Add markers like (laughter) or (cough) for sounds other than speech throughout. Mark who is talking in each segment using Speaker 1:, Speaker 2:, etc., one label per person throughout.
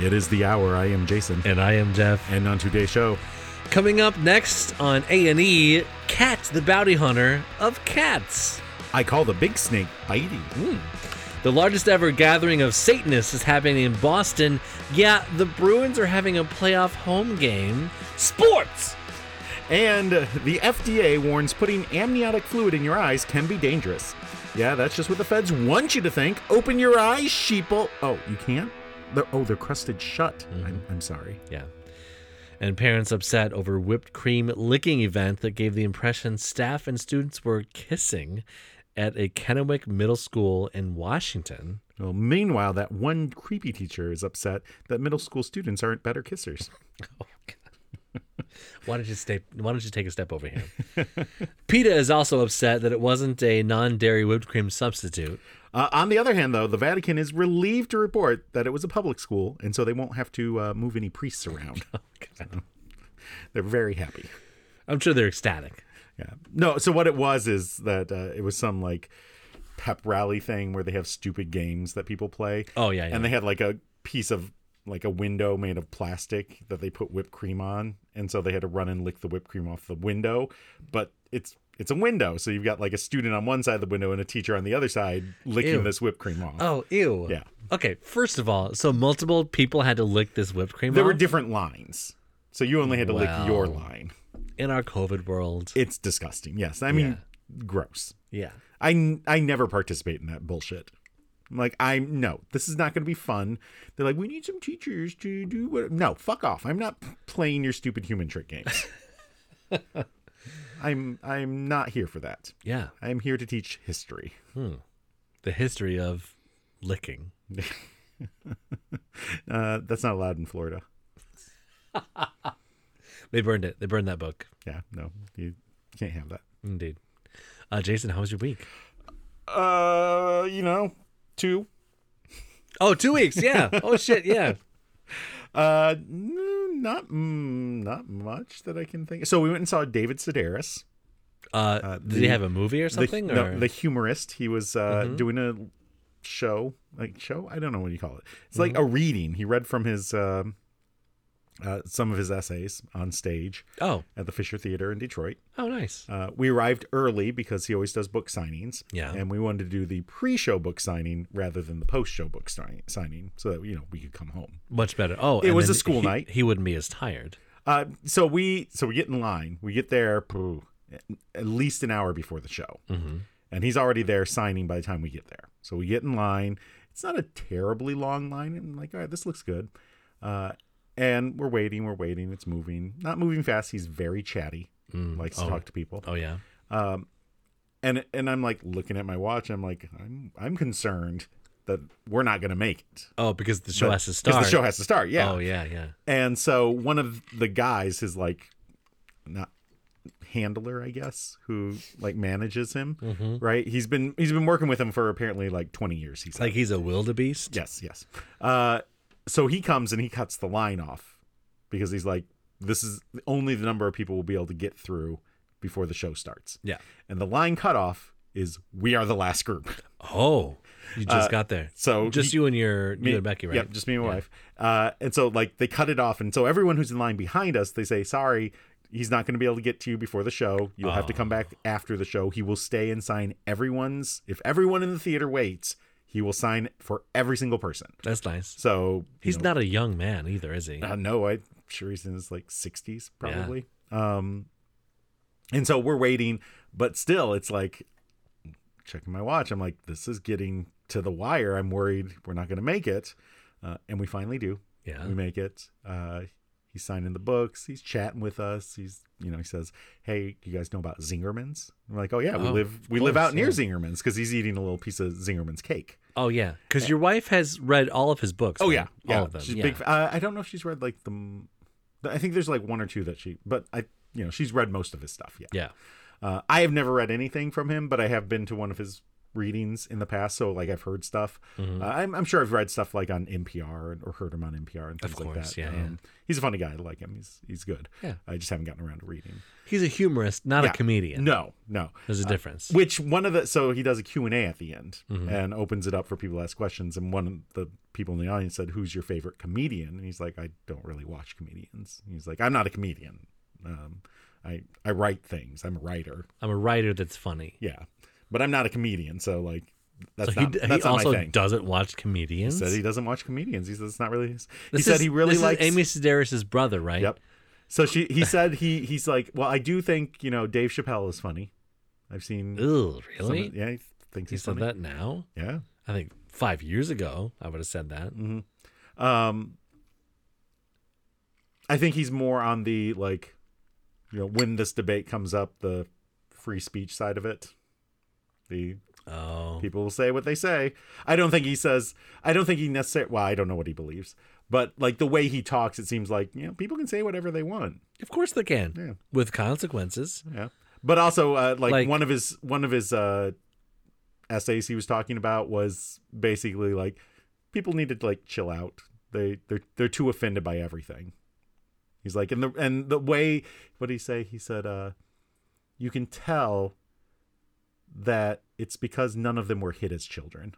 Speaker 1: It is the hour. I am Jason.
Speaker 2: And I am Jeff.
Speaker 1: And on today's show,
Speaker 2: Coming up next on A&E, Cat the Bounty Hunter of Cats. Hmm.
Speaker 1: I call the big snake bitey.
Speaker 2: The largest ever gathering of Satanists is happening in Boston. Yeah, the Bruins are having a playoff home game. Sports!
Speaker 1: And uh, the FDA warns putting amniotic fluid in your eyes can be dangerous. Yeah, that's just what the feds want you to think. Open your eyes, sheeple. Oh, you can't? They're, oh, they're crusted shut. I'm, I'm sorry.
Speaker 2: Yeah. And parents upset over whipped cream licking event that gave the impression staff and students were kissing at a Kennewick Middle School in Washington.
Speaker 1: Well, meanwhile, that one creepy teacher is upset that middle school students aren't better kissers.
Speaker 2: Why don't you stay? Why don't you take a step over here? (laughs) PETA is also upset that it wasn't a non-dairy whipped cream substitute.
Speaker 1: Uh, on the other hand, though, the Vatican is relieved to report that it was a public school, and so they won't have to uh, move any
Speaker 2: (laughs)
Speaker 1: priests
Speaker 2: Oh,
Speaker 1: around. (laughs) They're very happy.
Speaker 2: I'm sure they're ecstatic.
Speaker 1: Yeah. No, so what it was is that uh, it was some like pep rally thing where they have stupid games that people play.
Speaker 2: Oh, yeah, yeah.
Speaker 1: And they had like a piece of like a window made of plastic that they put whipped cream on, and so they had to run and lick the whipped cream off the window, but it's it's a window, so you've got like a student on one side of the window and a teacher on the other side licking
Speaker 2: Ew.
Speaker 1: this whipped cream off.
Speaker 2: Oh, ew.
Speaker 1: Yeah.
Speaker 2: Okay. First of all, so multiple people had to lick this whipped cream.
Speaker 1: there were
Speaker 2: off?
Speaker 1: different lines. So you only had to lick your line.
Speaker 2: in our COVID world.
Speaker 1: It's disgusting. Yes. I mean, gross.
Speaker 2: yeah.
Speaker 1: I, n- I never participate in that bullshit. I'm like, I'm no, this is not going to be fun. They're like, we need some teachers to do what. No, fuck off. I'm not playing your stupid human trick games. (laughs) I'm I'm not here for that.
Speaker 2: Yeah.
Speaker 1: I'm here to teach history.
Speaker 2: The history of licking.
Speaker 1: Uh, that's not allowed in Florida.
Speaker 2: They burned it. They burned that book.
Speaker 1: Yeah, no, you can't have that.
Speaker 2: Indeed. Uh, Jason, how was your week?
Speaker 1: Uh, you know, two.
Speaker 2: Oh, two weeks.
Speaker 1: (laughs)
Speaker 2: Yeah. Oh shit. Yeah.
Speaker 1: Uh, n- not mm, not much that I can think. So we went and saw David Sedaris.
Speaker 2: Uh, did he have a movie or something?
Speaker 1: The, no,
Speaker 2: or? Mm-hmm.
Speaker 1: the humorist. He was uh, doing a show, like show. I don't know what you call it. It's
Speaker 2: Mm-hmm.
Speaker 1: like a reading. He read from his um uh, some of his essays on stage
Speaker 2: oh.
Speaker 1: at the Fisher Theater in Detroit.
Speaker 2: Oh, nice.
Speaker 1: Uh, we arrived early because he always does book signings.
Speaker 2: Yeah.
Speaker 1: and we wanted to do the pre-show book signing rather than the post-show book sign- signing, so that you know we could come home.
Speaker 2: Much better. Oh,
Speaker 1: It
Speaker 2: and
Speaker 1: was
Speaker 2: then
Speaker 1: a school
Speaker 2: he-
Speaker 1: night.
Speaker 2: He wouldn't be as tired.
Speaker 1: Uh, so we so we get in line. We get there poo, at least an hour before the show,
Speaker 2: Mm-hmm.
Speaker 1: and he's already there signing by the time we get there. So we get in line. It's not a terribly long line. I'm like, all right, this looks good. Uh, and we're waiting. We're waiting. It's moving. Not moving fast. He's very chatty. likes to talk to people.
Speaker 2: Mm, Oh yeah.
Speaker 1: And and I'm like looking at my watch. I'm like, I'm I'm concerned that we're not gonna make it.
Speaker 2: Oh, because the show
Speaker 1: That-
Speaker 2: has to
Speaker 1: 'cause
Speaker 2: start.
Speaker 1: The show has to start. Yeah.
Speaker 2: Oh yeah, yeah.
Speaker 1: And so one of the guys, his like, not handler, I guess, who like manages him,
Speaker 2: Mm-hmm.
Speaker 1: right? He's been he's been working with him for apparently like twenty years. He's
Speaker 2: Like he's a wildebeest.
Speaker 1: yes, yes. Uh, so he comes and he cuts the line off because he's like, this is only the number of people will be able to get through before the show starts.
Speaker 2: Yeah.
Speaker 1: And the line cutoff is we are the last group. (laughs)
Speaker 2: Oh, you just got there.
Speaker 1: Uh, so
Speaker 2: just
Speaker 1: he-
Speaker 2: you and your you and Becky, right?
Speaker 1: Yep, just me and my wife. Uh, and so like they cut it off, and so everyone who's in line behind us, they say, "Sorry, he's not going to be able to get to you before the show. You'll have to
Speaker 2: Oh.
Speaker 1: come back after the show. He will stay and sign everyone's. If everyone in the theater waits, he will sign for every single person.
Speaker 2: That's nice.
Speaker 1: So you
Speaker 2: He's
Speaker 1: know,
Speaker 2: not a young man either, is he?
Speaker 1: uh, no, I'm sure he's in his like 60s probably. Um, and so we're waiting, but still, it's like checking my watch. I'm like, this is getting to the wire. I'm worried we're not going to make it. Uh, and we finally do.
Speaker 2: Yeah.
Speaker 1: We make it. Uh, he's signing the books. He's chatting with us. He's, you know, he says, "Hey, you guys know about Zingerman's?" I'm like, "Oh yeah, we
Speaker 2: Oh,
Speaker 1: live
Speaker 2: of
Speaker 1: we live
Speaker 2: course,
Speaker 1: out near
Speaker 2: yeah.
Speaker 1: Zingerman's because he's eating a little piece of Zingerman's cake."
Speaker 2: Oh yeah, because your wife has read all of his books.
Speaker 1: Oh
Speaker 2: right?
Speaker 1: yeah, yeah.
Speaker 2: all of them.
Speaker 1: She's a
Speaker 2: yeah.
Speaker 1: big. fa- Uh, I don't know if she's read like the. m- I think there's like one or two that she, but I, you know, she's read most of his stuff. Yeah.
Speaker 2: yeah.
Speaker 1: Uh, I have never read anything from him, but I have been to one of his readings in the past, so like I've heard stuff.
Speaker 2: Mm-hmm.
Speaker 1: Uh, I'm, I'm sure I've read stuff like on NPR and- or heard him on NPR and things like
Speaker 2: course,
Speaker 1: that. Um,
Speaker 2: yeah,
Speaker 1: He's a funny guy. I like him. He's he's good.
Speaker 2: Yeah.
Speaker 1: I just haven't gotten around to reading.
Speaker 2: He's a humorist, not
Speaker 1: Yeah.
Speaker 2: a comedian.
Speaker 1: No, no.
Speaker 2: There's a difference.
Speaker 1: Which one of the so he does a Q and A at the end
Speaker 2: Mm-hmm.
Speaker 1: and opens it up for people to ask questions. And one of the people in the audience said, "Who's your favorite comedian?" And he's like, "I don't really watch comedians." He's like, "I'm not a comedian. Um, I I write things. I'm a writer.
Speaker 2: I'm a writer that's funny.
Speaker 1: Yeah, but I'm not a comedian. So like, that's
Speaker 2: So he,
Speaker 1: not
Speaker 2: d- he
Speaker 1: that's not my
Speaker 2: also
Speaker 1: thing."
Speaker 2: doesn't watch comedians.
Speaker 1: Said he doesn't watch comedians. He said it's not really his. He
Speaker 2: This
Speaker 1: said
Speaker 2: is-
Speaker 1: he really
Speaker 2: this
Speaker 1: likes
Speaker 2: is Amy Sedaris' brother, right?
Speaker 1: Yep. So she
Speaker 2: (laughs)
Speaker 1: he said he he's like, well, I do think you know Dave Chappelle is funny. I've seen.
Speaker 2: Ew,
Speaker 1: some of-
Speaker 2: really?
Speaker 1: yeah, he thinks
Speaker 2: he
Speaker 1: he's
Speaker 2: said
Speaker 1: funny.
Speaker 2: that now?
Speaker 1: Yeah.
Speaker 2: I think five years ago, I would have said that.
Speaker 1: Um, I think he's more on the like, you know, when this debate comes up, the free speech side of it. The
Speaker 2: Oh,
Speaker 1: people will say what they say. I don't think he says. I don't think he necessarily. Well, I don't know what he believes, but like the way he talks, it seems like you know people can say whatever they want.
Speaker 2: of course they can,
Speaker 1: Yeah.
Speaker 2: with consequences.
Speaker 1: Yeah. But also uh, like,
Speaker 2: Like-
Speaker 1: one of his one of his uh essays he was talking about was basically like people need to like chill out. They they're they're too offended by everything. He's like and the and the way what did he say? He said uh you can tell that it's because none of them were hit as children.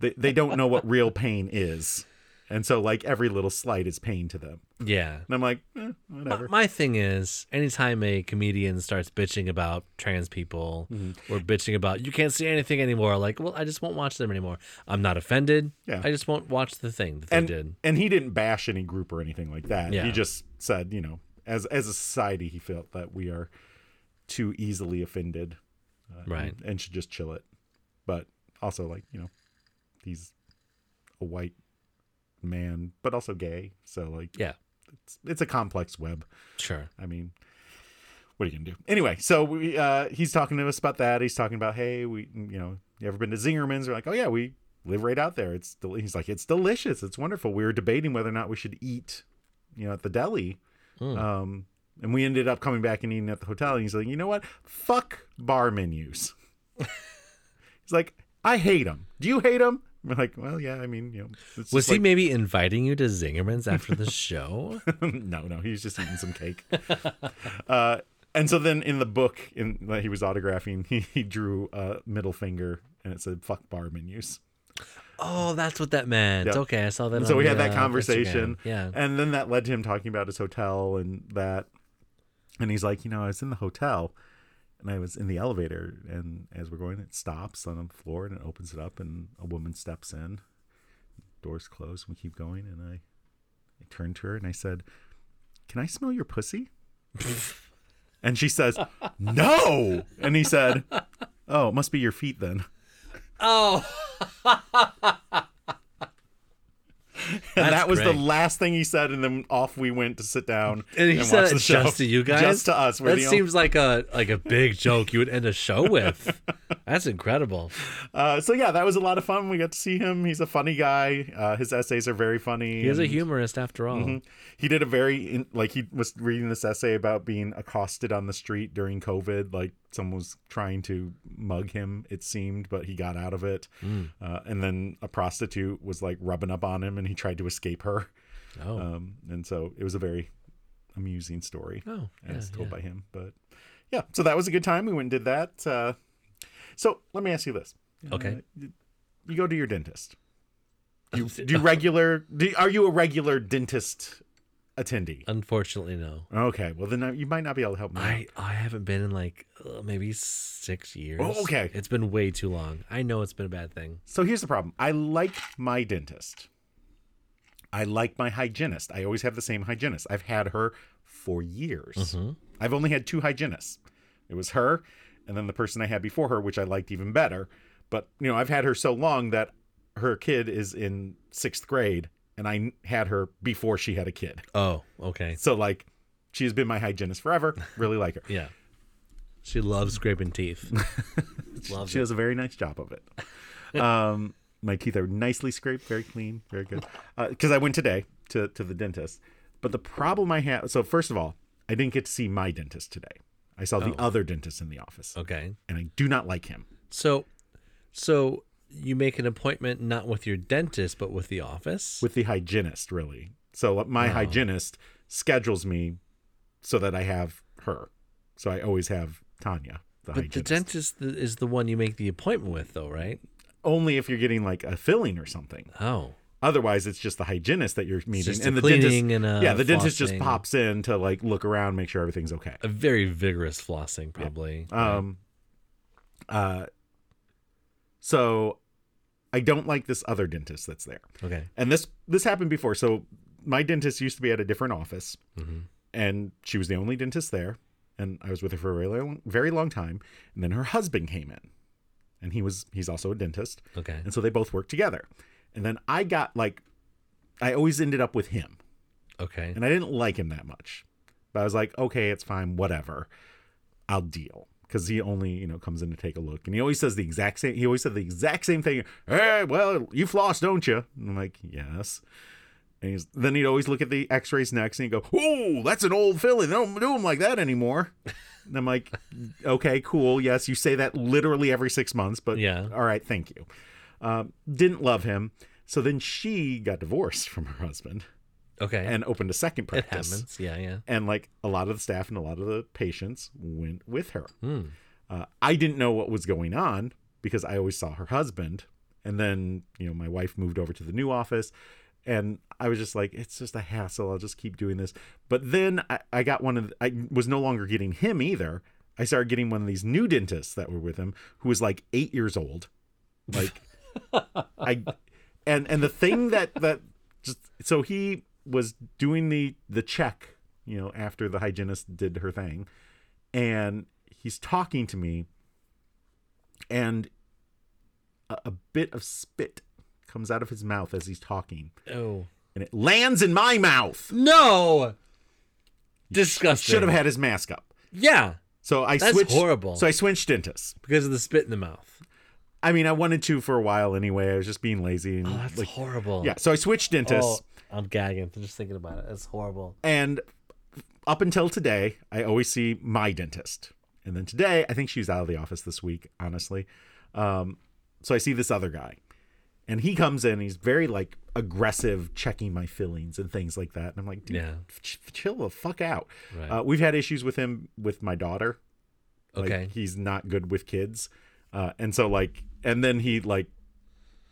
Speaker 1: they they don't know what real pain is. And so like every little slight is pain to them.
Speaker 2: Yeah.
Speaker 1: And I'm like, eh,
Speaker 2: My,
Speaker 1: whatever.
Speaker 2: my thing is, anytime a comedian starts bitching about trans people
Speaker 1: Mm-hmm.
Speaker 2: or bitching about you can't see anything anymore, like, well, I just won't watch them anymore. I'm not offended.
Speaker 1: Yeah.
Speaker 2: I just won't watch the thing that they
Speaker 1: and
Speaker 2: did.
Speaker 1: and he didn't bash any group or anything like that.
Speaker 2: Yeah.
Speaker 1: He just said, you know, as as a society, he felt that we are too easily offended, uh,
Speaker 2: Right.
Speaker 1: and, and should just chill it. But also, like you know, he's a white man, but also gay, so like
Speaker 2: Yeah.
Speaker 1: it's, it's a complex web.
Speaker 2: Sure.
Speaker 1: I mean, what are you gonna do? Anyway, so we uh, he's talking to us about that. He's talking about, hey, we you know, you ever been to Zingerman's? We're like, oh yeah, we live right out there. It's del-. he's like, it's delicious. It's wonderful. We were debating whether or not we should eat, you know, at the deli. Um, and we ended up coming back and eating at the hotel. And he's like, you know what? Fuck bar menus. he's like, I hate them. Do you hate them? We're like, well, yeah. I mean, you know, it's
Speaker 2: Was
Speaker 1: just
Speaker 2: he
Speaker 1: like-
Speaker 2: maybe inviting you to Zingerman's
Speaker 1: (laughs)
Speaker 2: after the show?
Speaker 1: no, no, he was just eating some cake. uh, and so then in the book in that he was autographing, he, he drew a middle finger and it said "fuck bar menus."
Speaker 2: oh, that's what that meant.
Speaker 1: Yeah.
Speaker 2: Okay, I saw that.
Speaker 1: And so
Speaker 2: on
Speaker 1: we had
Speaker 2: your,
Speaker 1: that
Speaker 2: uh,
Speaker 1: conversation.
Speaker 2: Instagram. Yeah.
Speaker 1: And then that led to him talking about his hotel and that. And he's like, you know, I was in the hotel and I was in the elevator. And as we're going, it stops on the floor and it opens it up. And a woman steps in. Doors close. And we keep going. And I, I turned to her and I said, Can I smell your
Speaker 2: (laughs)
Speaker 1: pussy? and she says, No. And he said, Oh, it must be your feet then.
Speaker 2: Oh,
Speaker 1: And
Speaker 2: That's
Speaker 1: that was
Speaker 2: great.
Speaker 1: the last thing he said, and then off we went to sit down
Speaker 2: and he said
Speaker 1: watch
Speaker 2: it
Speaker 1: the show.
Speaker 2: just to you guys,
Speaker 1: just to us. We're
Speaker 2: that
Speaker 1: the only-
Speaker 2: seems like a like a big joke you would end a show
Speaker 1: (laughs)
Speaker 2: with. That's incredible.
Speaker 1: uh, so yeah, that was a lot of fun. We got to see him. He's a funny guy. Uh, his essays are very funny.
Speaker 2: He is a
Speaker 1: and Mm-hmm.
Speaker 2: humorist after all.
Speaker 1: He did a very in, like he was reading this essay about being accosted on the street during COVID. Like someone was trying to mug him, it seemed, but he got out of it.
Speaker 2: Hmm.
Speaker 1: Uh, and then a prostitute was like rubbing up on him, and he tried to escape her.
Speaker 2: Oh,
Speaker 1: Um, and so it was a very amusing story.
Speaker 2: oh, yeah,
Speaker 1: as
Speaker 2: yeah.
Speaker 1: told by him. But yeah, so that was a good time. We went and did that. Uh, so let me ask you this:
Speaker 2: Okay.
Speaker 1: uh, you go to your dentist. You,
Speaker 2: (laughs)
Speaker 1: do you regular? Do, are you a regular dentist attendee?
Speaker 2: Uh, Unfortunately, no.
Speaker 1: Okay, well then I- you might not be able to help me. out.
Speaker 2: I I haven't been in like uh, maybe six years.
Speaker 1: Oh, okay.
Speaker 2: It's been way too long. I know it's been a bad thing.
Speaker 1: So here's the problem: I like my dentist. I like my hygienist. I always have the same hygienist. I've had her for years. I've only had two hygienists. It was her and then the person I had before her, which I liked even better. But, you know, I've had her so long that her kid is in sixth grade and I had her before she had a kid. (laughs)
Speaker 2: Oh, okay.
Speaker 1: So, like, she has been my hygienist forever. Really like her.
Speaker 2: Yeah. She loves scraping
Speaker 1: (laughs)
Speaker 2: teeth. Loves
Speaker 1: she
Speaker 2: it.
Speaker 1: does a very nice job of it.
Speaker 2: (laughs)
Speaker 1: Um, my teeth are nicely scraped, very clean, very good. Because I went today to to the dentist, but the problem I have. So first of all, I
Speaker 2: Oh.
Speaker 1: didn't get to see my dentist today. I saw the other dentist in the office,
Speaker 2: Okay.
Speaker 1: and I do not like him.
Speaker 2: So, so you make an appointment not with your dentist, but with the office.
Speaker 1: with the hygienist, really. So uh,
Speaker 2: Oh.
Speaker 1: my hygienist schedules me so that I have her. So I always have Tanya, the
Speaker 2: but the
Speaker 1: hygienist.
Speaker 2: dentist th- is the one you make the appointment with, though, right?
Speaker 1: Only if you're getting like a filling or something.
Speaker 2: Oh,
Speaker 1: Otherwise, it's just the hygienist that you're meeting,
Speaker 2: just a
Speaker 1: and the
Speaker 2: cleaning
Speaker 1: dentist.
Speaker 2: and a
Speaker 1: yeah, the dentist just
Speaker 2: flossing.
Speaker 1: pops in to like look around, make sure everything's okay.
Speaker 2: a very vigorous flossing, probably.
Speaker 1: Um, uh, so I don't like this other dentist that's there.
Speaker 2: okay.
Speaker 1: and this this happened before so my dentist used to be at a different office
Speaker 2: Mm-hmm.
Speaker 1: and she was the only dentist there and i was with her for a very long, very long time and then her husband came in and he was he's also a dentist
Speaker 2: Okay.
Speaker 1: and so they both worked together and then i got like i always ended up with him
Speaker 2: Okay.
Speaker 1: and i didn't like him that much but i was like okay it's fine whatever i'll deal because he only you know comes in to take a look and he always says the exact same he always said the exact same thing hey well you floss don't you and i'm like yes and he's, then he'd always look at the x-rays next and he'd go oh that's an old filly they don't do them like that anymore and i'm like okay cool yes you say that literally every six months but
Speaker 2: Yeah.
Speaker 1: all right thank you um, didn't love him so then she got divorced (laughs) from her husband
Speaker 2: Okay.
Speaker 1: and opened a second
Speaker 2: it
Speaker 1: practice
Speaker 2: happens. Yeah. Yeah.
Speaker 1: and like a lot of the staff and a lot of the patients went with her.
Speaker 2: Hmm.
Speaker 1: Uh, I didn't know what was going on because I always saw her husband, and then you know my wife moved over to the new office, and I was just like, it's just a hassle. I'll just keep doing this. But then I, I got one of the, I was no longer getting him either. I started getting one of these new dentists that were with him, who was like eight years old, like I and and the thing that that just so he was doing the the check, you know, after the hygienist did her thing, and he's talking to me, and a, a bit of spit comes out of his mouth as he's talking,
Speaker 2: Oh
Speaker 1: and it lands in my mouth.
Speaker 2: no! Disgusting.
Speaker 1: Should have had his mask up.
Speaker 2: Yeah,
Speaker 1: So I
Speaker 2: That's
Speaker 1: switched.
Speaker 2: horrible.
Speaker 1: So I switched dentists.
Speaker 2: because of the spit in the mouth.
Speaker 1: I mean, I wanted to for a while anyway. I was just being lazy. And,
Speaker 2: Oh, that's
Speaker 1: like,
Speaker 2: horrible.
Speaker 1: yeah. So I switched dentists.
Speaker 2: Oh, I'm gagging just thinking about it. It's horrible.
Speaker 1: And up until today, I always see my dentist. And then today, I think she's out of the office this week, honestly. Um, so I see this other guy. And he comes in, he's very like aggressive, checking my fillings and things like that. And I'm like, dude,
Speaker 2: Yeah.
Speaker 1: ch- chill the fuck out.
Speaker 2: Right.
Speaker 1: Uh, we've had issues with him with my daughter. Like,
Speaker 2: okay.
Speaker 1: he's not good with kids. Uh, and so like, and then he like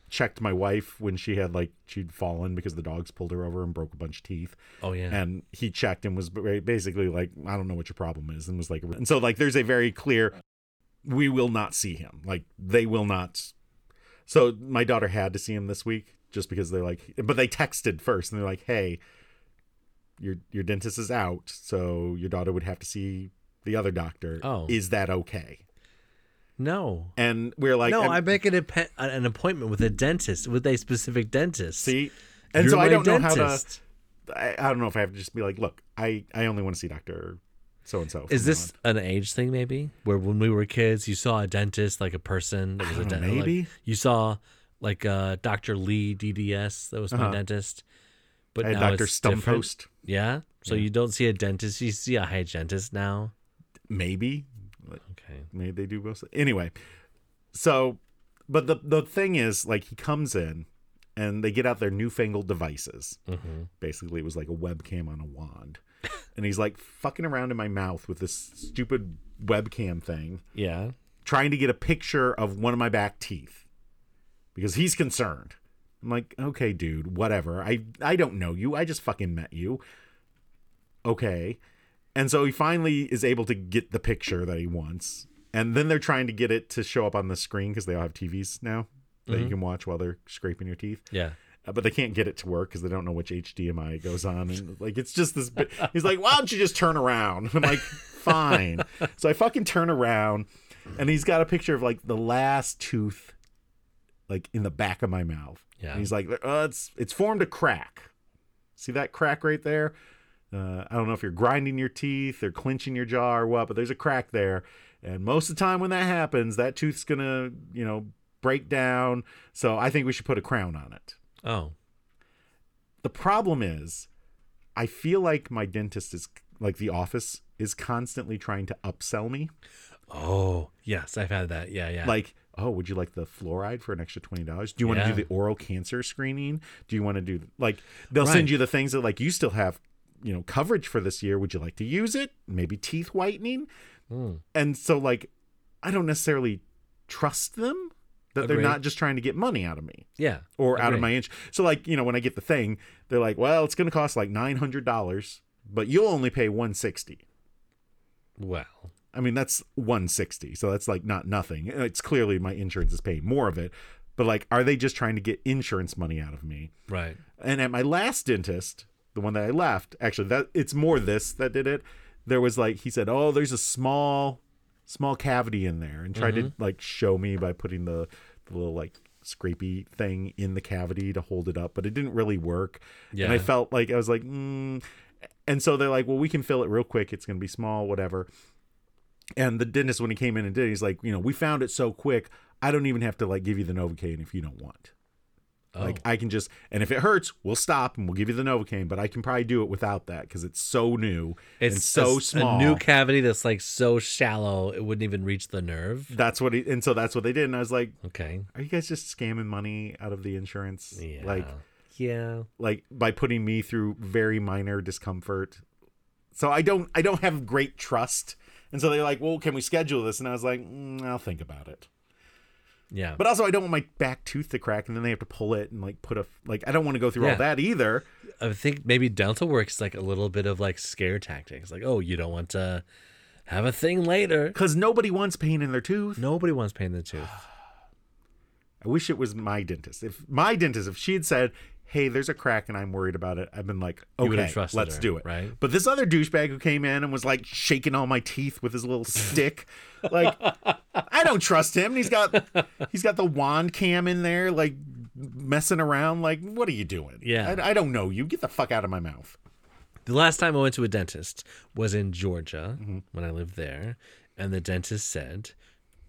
Speaker 1: checked my wife when she had like, she'd fallen because the dogs pulled her over and broke a bunch of teeth
Speaker 2: oh yeah.
Speaker 1: and he checked and was ba- basically like i don't know what your problem is and was like and so like there's a very clear we will not see him like they will not so my daughter had to see him this week just because they're like but they texted first and they're like hey your your dentist is out so your daughter would have to see the other doctor
Speaker 2: Oh.
Speaker 1: is that okay
Speaker 2: no.
Speaker 1: and we're like
Speaker 2: no,
Speaker 1: and-
Speaker 2: I make an, appe- an appointment with a dentist, with a specific dentist.
Speaker 1: see and
Speaker 2: You're
Speaker 1: so
Speaker 2: my
Speaker 1: i don't know how to
Speaker 2: dentist.
Speaker 1: I, I don't know if i have to just be like look i i only want to see dr so and so
Speaker 2: Is this an age thing, maybe? Where when we were kids, you saw a dentist, like a person that was a
Speaker 1: don't know,
Speaker 2: dentist.
Speaker 1: maybe.
Speaker 2: you saw like uh, Dr. Lee DDS, that was my
Speaker 1: Uh-huh.
Speaker 2: dentist. But
Speaker 1: I had
Speaker 2: now
Speaker 1: Dr.
Speaker 2: it's different.
Speaker 1: Stumpost.
Speaker 2: Yeah. So you don't see a dentist, you see a hygienist now.
Speaker 1: Maybe. Like,
Speaker 2: Okay.
Speaker 1: Maybe they do both. Anyway, so, but the the thing is, like, he comes in and they get out their newfangled devices.
Speaker 2: Mm-hmm.
Speaker 1: Basically, it was like a webcam on a wand. and he's like fucking around in my mouth with this stupid webcam thing,
Speaker 2: Yeah.
Speaker 1: trying to get a picture of one of my back teeth because he's concerned. I'm like, okay, dude, whatever. I I don't know you. I just fucking met you. Okay. And so he finally is able to get the picture that he wants. And then they're trying to get it to show up on the screen because they all have TVs now that you can watch while they're scraping your teeth.
Speaker 2: Yeah.
Speaker 1: Uh, But they can't get it to work because they don't know which HDMI it goes on. And like, it's just this. Bit. He's like, why don't you just turn around? (laughs) And I'm like, fine. So I fucking turn around and he's got a picture of like the last tooth, like in the back of my mouth.
Speaker 2: Yeah.
Speaker 1: And he's like, uh, it's, it's formed a crack. See that crack right there? Uh, I don't know if you're grinding your teeth or clenching your jaw or what, but there's a crack there. And most of the time when that happens, that tooth's going to, you know, break down. So I think we should put a crown on it.
Speaker 2: Oh.
Speaker 1: The problem is, I feel like my dentist is, like the office, is constantly trying to upsell me.
Speaker 2: Oh. Yes, I've had that. Yeah, yeah.
Speaker 1: Like, oh, would you like the fluoride for an extra twenty dollars? Do you want
Speaker 2: Yeah.
Speaker 1: to do the oral cancer screening? Do you want to do like they'll send
Speaker 2: Right.
Speaker 1: you the things that like you still have, you know, coverage for this year. Would you like to use it? Maybe teeth whitening.
Speaker 2: Mm.
Speaker 1: And so like, I don't necessarily trust them that
Speaker 2: Agree.
Speaker 1: they're not just trying to get money out of me
Speaker 2: Yeah.
Speaker 1: or out
Speaker 2: Agree.
Speaker 1: of my inch. So like, you know, when I get the thing, they're like, well, it's going to cost like nine hundred dollars, but you'll only pay one sixty.
Speaker 2: Well.
Speaker 1: I mean, that's 160. So that's like not nothing. It's clearly my insurance is paying more of it. But like, are they just trying to get insurance money out of me?
Speaker 2: Right.
Speaker 1: And at my last dentist, the one that I left, actually, that it's more this that did it. There was like he said, "Oh, there's a small, small cavity in there," and tried to like show me by putting the, the little like scrapey thing in the cavity to hold it up, but it didn't really work. And I
Speaker 2: Yeah.
Speaker 1: felt like I was like, mm. and so they're like, "Well, we can fill it real quick. It's gonna be small, whatever." And the dentist, when he came in and did, it, he's like, "You know, we found it so quick. I don't even have to like give you the Novocaine if you don't want."
Speaker 2: Oh.
Speaker 1: Like I can just, and if it hurts, we'll stop and we'll give you the Novocaine. But I can probably do it without that because it's so new. and so
Speaker 2: a s-
Speaker 1: small.
Speaker 2: A new cavity that's like so shallow it wouldn't even reach the nerve.
Speaker 1: That's what, he, and so that's what they did. And I was like,
Speaker 2: Okay.
Speaker 1: "Are you guys just scamming money out of the insurance?
Speaker 2: Yeah.
Speaker 1: Like,
Speaker 2: Yeah.
Speaker 1: like by putting me through very minor discomfort." So I don't, I don't have great trust. And so they're like, "Well, can we schedule this?" And I was like, mm, "I'll think about it."
Speaker 2: Yeah.
Speaker 1: But also, I don't want my back tooth to crack, and then they have to pull it and like put a like. I don't want to go through
Speaker 2: Yeah.
Speaker 1: all that either.
Speaker 2: I think maybe dental works like a little bit of like scare tactics. Like, oh, you don't want to have a thing later.
Speaker 1: Because nobody wants pain in their tooth.
Speaker 2: Nobody wants pain in the tooth.
Speaker 1: I wish it was my dentist. If my dentist, if she had said, "Hey, there's a crack and I'm worried about it," I've been like,
Speaker 2: You would have
Speaker 1: "Okay,
Speaker 2: trusted
Speaker 1: let's
Speaker 2: her,
Speaker 1: do it."
Speaker 2: right?
Speaker 1: But this other douchebag who came in and was like shaking all my teeth with his
Speaker 2: (laughs)
Speaker 1: little stick, like I don't trust him. And he's got he's got the wand cam in there, like messing around. Like, what are you doing?
Speaker 2: Yeah.
Speaker 1: I, I don't know you. Get the fuck out of my mouth.
Speaker 2: (sighs) The last time I went to a dentist was in Georgia when I lived there, and the dentist said,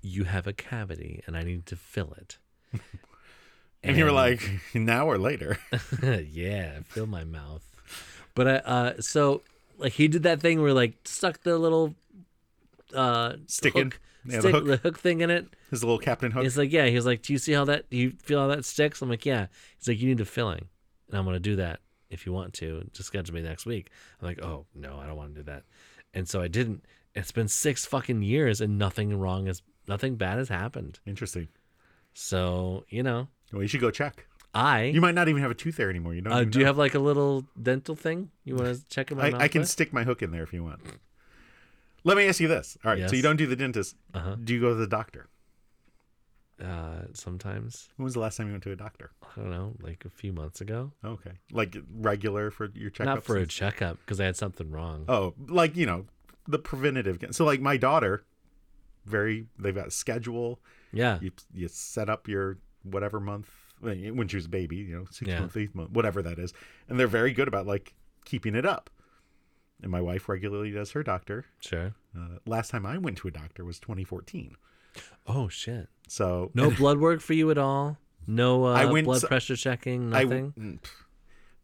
Speaker 2: "You have a cavity, and I need to fill it." (laughs)
Speaker 1: And, you were like, now or
Speaker 2: (laughs)
Speaker 1: later.
Speaker 2: yeah, fill my mouth. But I, uh, so like he did that thing where like stuck the little uh
Speaker 1: Stick in.
Speaker 2: hook,
Speaker 1: Yeah, the
Speaker 2: stick,
Speaker 1: hook.
Speaker 2: the hook thing in it.
Speaker 1: His little Captain Hook.
Speaker 2: He's like, yeah. He was like, do you see how that? Do you feel how that sticks? I'm like, yeah. He's like, you need a filling, and I'm gonna do that if you want to. Just schedule me next week. I'm like, oh no, I don't want to do that. And so I didn't. It's been six fucking years, and nothing wrong is nothing bad has happened.
Speaker 1: Interesting.
Speaker 2: So you know,
Speaker 1: Well, you should go check.
Speaker 2: I
Speaker 1: You might not even have a tooth there anymore. You don't.
Speaker 2: uh,
Speaker 1: even
Speaker 2: do you
Speaker 1: know.
Speaker 2: have like a little dental thing you want to check in my mouth?
Speaker 1: I, I can
Speaker 2: with?
Speaker 1: stick my hook in there if you want. Let me ask you this. All right, so
Speaker 2: Yes.
Speaker 1: you don't do the dentist.
Speaker 2: Uh-huh.
Speaker 1: Do you go to the doctor?
Speaker 2: uh, sometimes
Speaker 1: When was the last time you went to a doctor?
Speaker 2: I don't know, like a few months ago.
Speaker 1: Okay, like regular for your checkups.
Speaker 2: Not for a
Speaker 1: and-
Speaker 2: checkup because I had something wrong.
Speaker 1: oh, like you know, the preventative. So like my daughter, very they've got a schedule.
Speaker 2: yeah,
Speaker 1: You you set up your whatever month when she was a baby, you know, six
Speaker 2: Yeah.
Speaker 1: month, eight month, whatever that is, and they're very good about like keeping it up. And my wife regularly does her doctor.
Speaker 2: sure.
Speaker 1: Uh, last time I went to a doctor was 2014.
Speaker 2: Oh shit!
Speaker 1: So (laughs)
Speaker 2: No blood work for you at all. No uh,
Speaker 1: I went
Speaker 2: blood
Speaker 1: so-
Speaker 2: pressure checking.
Speaker 1: I-
Speaker 2: Nothing.
Speaker 1: mm, pff.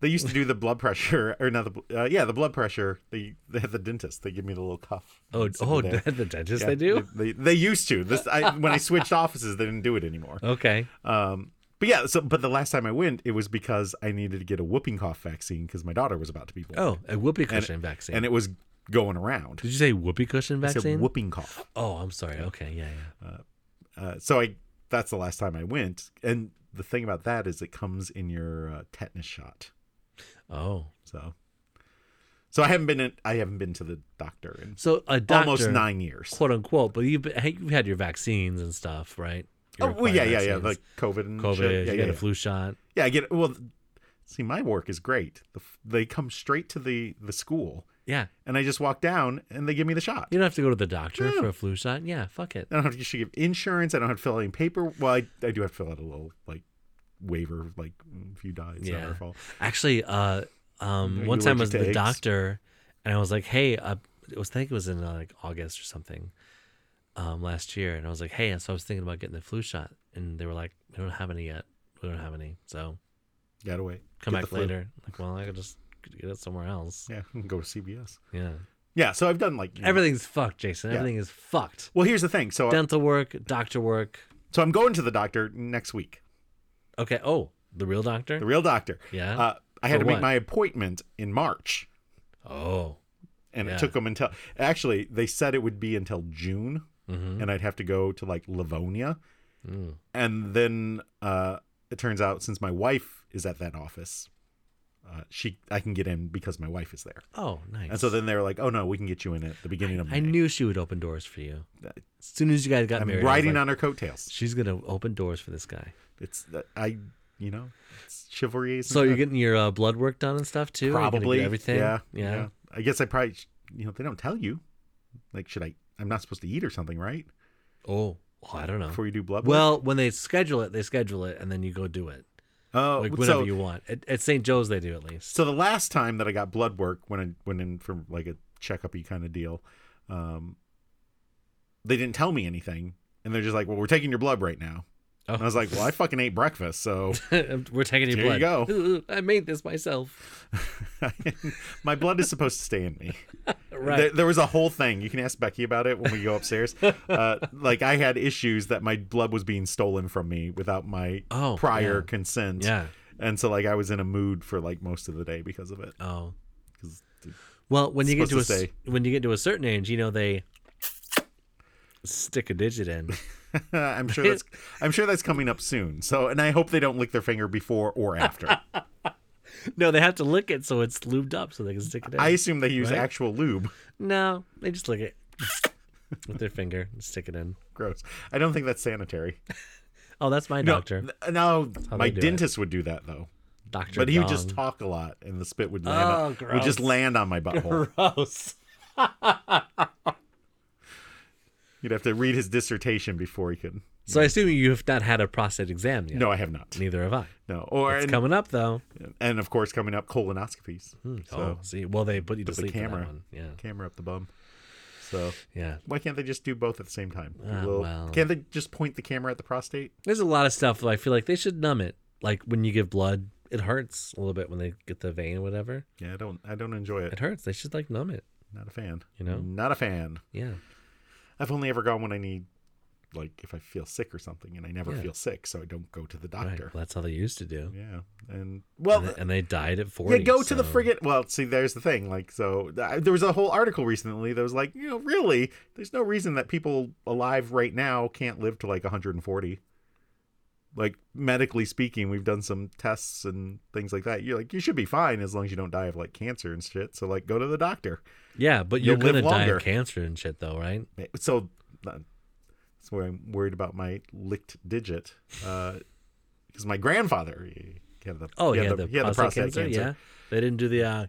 Speaker 1: they used to do the blood pressure, (laughs) or not the, bl- uh, yeah, the blood pressure. They, they had the dentist. They give me the little cuff.
Speaker 2: oh,
Speaker 1: Sit me
Speaker 2: oh,
Speaker 1: there.
Speaker 2: (laughs) the dentist
Speaker 1: Yeah,
Speaker 2: they do.
Speaker 1: They, they used to. This I, when I switched offices, they didn't do it anymore.
Speaker 2: Okay.
Speaker 1: Um, but yeah, so but the last time I went, it was because I needed to get a whooping cough vaccine because my daughter was about to be born,
Speaker 2: Oh, a whoopee cushion vaccine.
Speaker 1: and it was going around.
Speaker 2: Did you say whoopee cushion
Speaker 1: I said
Speaker 2: vaccine?
Speaker 1: whooping cough.
Speaker 2: oh, I'm sorry. Okay, yeah, yeah.
Speaker 1: Uh, so I that's the last time I went, and the thing about that is it comes in your uh, tetanus shot.
Speaker 2: Oh,
Speaker 1: So, so I haven't been in, I haven't been to the doctor in
Speaker 2: so a doctor,
Speaker 1: almost nine years.
Speaker 2: quote unquote. But you've been- you've had your vaccines and stuff, right? Your
Speaker 1: Oh well, yeah,
Speaker 2: required
Speaker 1: yeah, yeah.
Speaker 2: vaccines.
Speaker 1: Like COVID and
Speaker 2: COVID,
Speaker 1: shit. Yeah,
Speaker 2: you
Speaker 1: yeah,
Speaker 2: got
Speaker 1: yeah.
Speaker 2: a flu shot.
Speaker 1: yeah, I get well. See, my work is great. The, f- they come straight to the the school,
Speaker 2: Yeah.
Speaker 1: and I just walk down, and they give me the shot.
Speaker 2: You don't have to go to the doctor for a flu shot. Yeah, fuck it.
Speaker 1: I don't have to should give insurance. I don't have to fill any paper. Well, I, I do have to fill out a little like waiver, like mm, if you die, it's not
Speaker 2: Yeah.
Speaker 1: our fault.
Speaker 2: Actually, uh, um,
Speaker 1: Are
Speaker 2: one
Speaker 1: you
Speaker 2: time I was
Speaker 1: allergic
Speaker 2: at the
Speaker 1: to eggs?
Speaker 2: doctor, and I was like, "Hey, uh, it was I think it was in uh, like August or something, um, last year." And I was like, "Hey," and so I was thinking about getting the flu shot, and they were like, "We don't have any yet. We don't have any, so
Speaker 1: Gotta wait.
Speaker 2: come
Speaker 1: Get the
Speaker 2: back
Speaker 1: flu.
Speaker 2: later." Like, well, I could just get it somewhere else.
Speaker 1: Yeah, go to CBS.
Speaker 2: Yeah,
Speaker 1: Yeah, so I've done like you know-
Speaker 2: everything's fucked, Jason.
Speaker 1: Yeah.
Speaker 2: Everything is fucked.
Speaker 1: Well, here's the thing. So
Speaker 2: Dental work, doctor work.
Speaker 1: So I'm going to the doctor next week,
Speaker 2: Okay. Oh, the real doctor.
Speaker 1: the real doctor.
Speaker 2: yeah.
Speaker 1: Uh, I had to
Speaker 2: For
Speaker 1: make
Speaker 2: what?
Speaker 1: my appointment in March,
Speaker 2: oh.
Speaker 1: and
Speaker 2: Yeah.
Speaker 1: it took them until actually they said it would be until June,
Speaker 2: Mm-hmm.
Speaker 1: and I'd have to go to like Livonia,
Speaker 2: Mm.
Speaker 1: and then uh, it turns out since my wife is at that office, uh, she I can get in because my wife is there,
Speaker 2: Oh, nice.
Speaker 1: and so then they were like, "Oh no, we can get you in at the beginning of May."
Speaker 2: I knew she would open doors for you. As
Speaker 1: That-
Speaker 2: soon as you guys got
Speaker 1: I'm
Speaker 2: married, I was
Speaker 1: riding
Speaker 2: like,
Speaker 1: on her coattails.
Speaker 2: She's gonna open doors for this guy.
Speaker 1: It's I, you know, it's chivalry. is-
Speaker 2: So you're getting your uh, blood work done and stuff too. Are you gonna get
Speaker 1: probably
Speaker 2: everything.
Speaker 1: Yeah,
Speaker 2: yeah.
Speaker 1: I guess I probably, sh- you know, they don't tell you. Like, should I? I'm not supposed to eat or something, right?
Speaker 2: Oh, well, I don't know.
Speaker 1: Before you do blood. work?
Speaker 2: Well, when they schedule it, they schedule it, and then you go do it
Speaker 1: oh,
Speaker 2: like
Speaker 1: so,
Speaker 2: whenever you want. At, at St. Joe's, they do at least. (laughs)
Speaker 1: so the last time that I got blood work when I went in for like a checkup kind of deal, um, they didn't tell me anything, and they're just like, "Well, we're taking your blood right now."
Speaker 2: Oh.
Speaker 1: And I was like, "Well, I fucking ate breakfast, so (laughs)
Speaker 2: We're taking your
Speaker 1: Here you
Speaker 2: blood.
Speaker 1: go.
Speaker 2: Ooh, (laughs) I made this myself.
Speaker 1: my blood is supposed to stay in me."
Speaker 2: Right.
Speaker 1: There, there was a whole thing. You can ask Becky about it when we go
Speaker 2: (laughs)
Speaker 1: upstairs. uh, like I had issues that my blood was being stolen from me without my
Speaker 2: Oh,
Speaker 1: prior
Speaker 2: yeah.
Speaker 1: consent.
Speaker 2: yeah.
Speaker 1: And so like I was in a mood for like most of the day because of it. (laughs)
Speaker 2: Oh.
Speaker 1: 'Cause it-
Speaker 2: Well, when you get to a
Speaker 1: Supposed to
Speaker 2: s-
Speaker 1: say.
Speaker 2: when you get to a certain age, you know they stick a
Speaker 1: (laughs)
Speaker 2: digit in.
Speaker 1: I'm sure
Speaker 2: (laughs)
Speaker 1: that's I'm sure that's coming up soon. So and I hope they don't lick their finger before or
Speaker 2: (laughs)
Speaker 1: after.
Speaker 2: no, they have to lick it so it's lubed up so they can stick it in.
Speaker 1: I assume they use
Speaker 2: Right?
Speaker 1: actual lube.
Speaker 2: No, they just lick (laughs) it with their finger and stick it in.
Speaker 1: Gross. I don't think that's sanitary.
Speaker 2: Oh, that's my doctor.
Speaker 1: No, th- no
Speaker 2: how
Speaker 1: my
Speaker 2: they do it.
Speaker 1: dentist would do that though.
Speaker 2: Doctor.
Speaker 1: But he would just
Speaker 2: Dong.
Speaker 1: talk a lot and the spit would land
Speaker 2: Oh,
Speaker 1: on, would just
Speaker 2: gross.
Speaker 1: land
Speaker 2: (laughs)
Speaker 1: on my butthole.
Speaker 2: gross.
Speaker 1: You'd have to read his dissertation before he could.
Speaker 2: So I assume you have not had a prostate exam yet.
Speaker 1: No, I have not.
Speaker 2: neither have I.
Speaker 1: No, or
Speaker 2: It's
Speaker 1: and,
Speaker 2: coming up though.
Speaker 1: and of course coming up colonoscopies. So
Speaker 2: oh, see, well they put you to
Speaker 1: Put the
Speaker 2: sleep for that
Speaker 1: camera.
Speaker 2: one. Yeah,
Speaker 1: camera up the bum. So
Speaker 2: yeah.
Speaker 1: why can't they just do both at the same time? A
Speaker 2: Ah,
Speaker 1: little-
Speaker 2: well.
Speaker 1: Can't they just point the camera at the prostate?
Speaker 2: There's a lot of stuff that I feel like they should numb it. Like when you give blood, it hurts a little bit when they get the vein or whatever.
Speaker 1: Yeah, I don't. I don't enjoy
Speaker 2: It
Speaker 1: it.
Speaker 2: hurts. They should like numb it.
Speaker 1: Not a fan.
Speaker 2: You know?
Speaker 1: Not a fan.
Speaker 2: Yeah.
Speaker 1: I've only ever gone when I need, like, if I feel sick or something, and I never
Speaker 2: Yeah.
Speaker 1: feel sick, so I don't go to the
Speaker 2: Right.
Speaker 1: doctor.
Speaker 2: Well, that's how they used to do.
Speaker 1: Yeah, and
Speaker 2: And,
Speaker 1: well,
Speaker 2: they, and they died at 40.
Speaker 1: Yeah, go to the
Speaker 2: so-
Speaker 1: frigate. Well, see, there's the thing. Like, so I, there was a whole article recently that was like, you know, really, there's no reason that people alive right now can't live to like 140. Like medically speaking, we've done some tests and things like that. You're like, you should be fine as long as you don't die of like cancer and shit. So like, go to the doctor.
Speaker 2: Yeah, but you're
Speaker 1: You'll live
Speaker 2: gonna die
Speaker 1: longer.
Speaker 2: of cancer and shit though, right?
Speaker 1: So uh, that's where I'm worried about my licked digit, because my grandfather he had the
Speaker 2: Oh,
Speaker 1: he
Speaker 2: yeah,
Speaker 1: had
Speaker 2: the,
Speaker 1: he had
Speaker 2: prostate, cancer, Yeah, they didn't do the. uh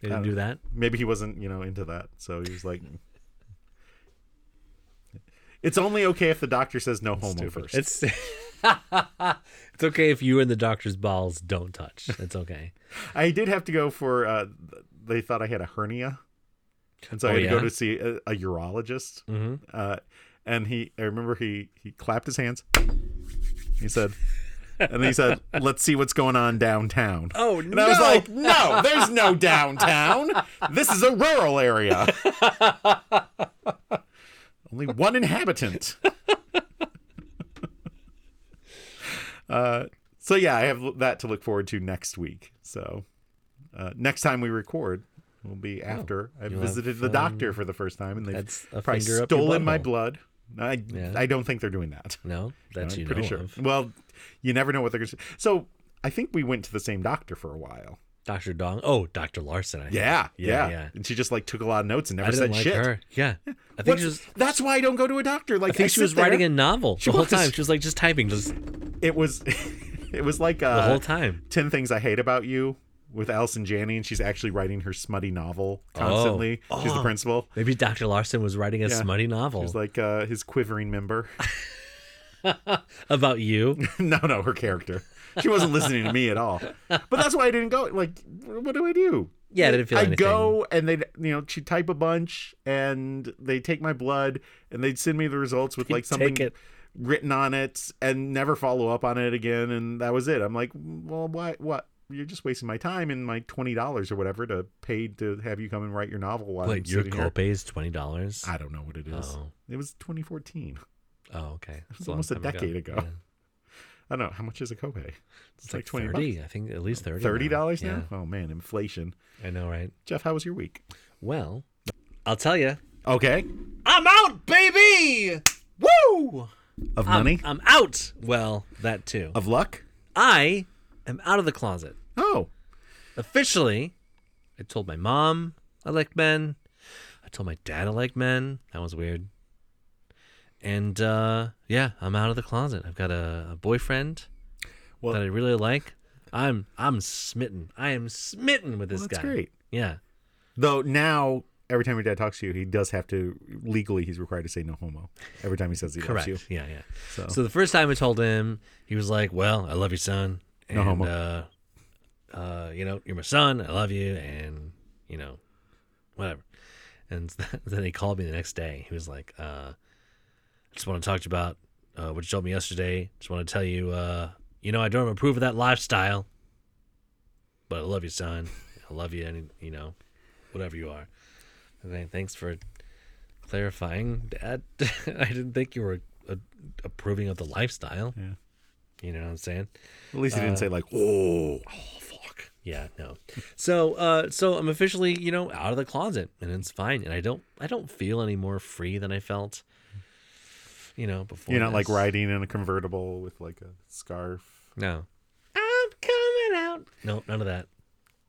Speaker 2: They didn't
Speaker 1: Um,
Speaker 2: do that.
Speaker 1: maybe he wasn't you know into that so he was like it's only okay if the doctor says no homo first
Speaker 2: It's (laughs) it's okay if you and the doctor's balls don't touch. It's okay.
Speaker 1: i did have to go for uh they thought i had a hernia and so
Speaker 2: Oh,
Speaker 1: i had to
Speaker 2: yeah?
Speaker 1: go to see a, a urologist
Speaker 2: hmm
Speaker 1: uh and he i remember he he clapped his hands he said and he
Speaker 2: (laughs)
Speaker 1: said let's see what's going on downtown
Speaker 2: Oh
Speaker 1: and
Speaker 2: no!
Speaker 1: i was like
Speaker 2: (laughs)
Speaker 1: no there's no downtown this is a rural area
Speaker 2: (laughs)
Speaker 1: only one inhabitant uh, so yeah i have that to look forward to next week so uh, next time we record will be after i
Speaker 2: Oh, you'll have
Speaker 1: visited the
Speaker 2: fun.
Speaker 1: doctor for the first time and they
Speaker 2: that's a
Speaker 1: probably
Speaker 2: finger up your
Speaker 1: stolen my
Speaker 2: butthole.
Speaker 1: blood. I
Speaker 2: Yeah.
Speaker 1: I don't think they're doing that. (laughs)
Speaker 2: No, that's
Speaker 1: I'm
Speaker 2: you
Speaker 1: pretty
Speaker 2: know
Speaker 1: sure.
Speaker 2: of.
Speaker 1: Well, you never know what they're going to. So I think we went to the same doctor for a while.
Speaker 2: Doctor Dong. Oh, Doctor Larson. I think.
Speaker 1: Yeah,
Speaker 2: Yeah,
Speaker 1: yeah,
Speaker 2: yeah.
Speaker 1: And she just like took a lot of notes and
Speaker 2: I
Speaker 1: never
Speaker 2: didn't
Speaker 1: said
Speaker 2: like
Speaker 1: shit.
Speaker 2: her. Yeah, I think
Speaker 1: What's-
Speaker 2: she was.
Speaker 1: That's why I don't go to a doctor. Like
Speaker 2: I think she was writing a novel
Speaker 1: She
Speaker 2: the whole
Speaker 1: was.
Speaker 2: time. She was like just typing, just the
Speaker 1: It was, (laughs) it was like uh,
Speaker 2: whole time.
Speaker 1: ten things I hate about you with Alison Janney, and she's actually writing her smutty novel constantly. She's the
Speaker 2: Oh.
Speaker 1: principal.
Speaker 2: Maybe Doctor Larson was writing a
Speaker 1: Yeah.
Speaker 2: smutty novel
Speaker 1: She's like uh, his quivering member. (laughs)
Speaker 2: about you.
Speaker 1: no, no, her character. She wasn't listening to me at all. But that's why I didn't go. Like, what do I do?
Speaker 2: Yeah, I didn't feel
Speaker 1: I
Speaker 2: anything.
Speaker 1: go and they, would you know, she type a bunch and they take my blood and they'd send me the results with
Speaker 2: They'd
Speaker 1: like something
Speaker 2: take it.
Speaker 1: written on it and never follow up on it again. And that was it. I'm like, well, why? What? you're just wasting my time and my twenty dollars or whatever to pay to have you come and write your novel while I'm
Speaker 2: Wait, your
Speaker 1: sitting here.
Speaker 2: copay is twenty dollars.
Speaker 1: I don't know what it is.
Speaker 2: Oh.
Speaker 1: It was 2014.
Speaker 2: Oh, okay. It's
Speaker 1: almost a decade ago. I don't know how much is a copay.
Speaker 2: It's, like,
Speaker 1: like 20
Speaker 2: thirty. I think at least thirty.
Speaker 1: Thirty dollars
Speaker 2: Yeah.
Speaker 1: now. Oh man, inflation.
Speaker 2: I know, right?
Speaker 1: Jeff, how was your week?
Speaker 2: Well, I'll tell you.
Speaker 1: Okay.
Speaker 2: I'm out, baby. Woo!
Speaker 1: Of
Speaker 2: I'm-
Speaker 1: money,
Speaker 2: I'm, out. Well, that too.
Speaker 1: of luck.
Speaker 2: I am out of the closet
Speaker 1: Oh,
Speaker 2: officially. I told my mom I like men. I told my dad I like men. That was weird. And uh, yeah, I'm out of the closet. I've got a, a boyfriend
Speaker 1: Well-
Speaker 2: that I really like. I'm I'm smitten. I am smitten with this
Speaker 1: well, that's
Speaker 2: guy.
Speaker 1: great.
Speaker 2: Yeah.
Speaker 1: Though now, every time your dad talks to you, he does have to legally. He's required to say no homo every time he says he
Speaker 2: Correct.
Speaker 1: loves you.
Speaker 2: Yeah, yeah.
Speaker 1: So,
Speaker 2: So the first time I told him, he was like, "Well, I love you, son. And,
Speaker 1: No homo.
Speaker 2: Uh, uh, you know, you're my son. I love you, and you know, whatever." And (laughs) then he called me the next day. He was like, uh, "I just want to talk to you about uh, what you told me yesterday. Just want to tell you, uh, you know, I don't approve of that lifestyle, but I love you, son. I love you, and you know, whatever you are. And then thanks for clarifying, Dad. (laughs) I didn't think you were uh, approving of the lifestyle.
Speaker 1: Yeah.
Speaker 2: You know what I'm saying?
Speaker 1: at least he didn't say like, oh,
Speaker 2: Oh fuck. Yeah, no. So, uh, so I'm officially, you know, out of the closet, and it's fine. And I don't, I don't feel any more free than I felt. You know, before
Speaker 1: you're not like
Speaker 2: this.
Speaker 1: riding in a convertible with like a scarf.
Speaker 2: No. I'm coming out. No, none of that.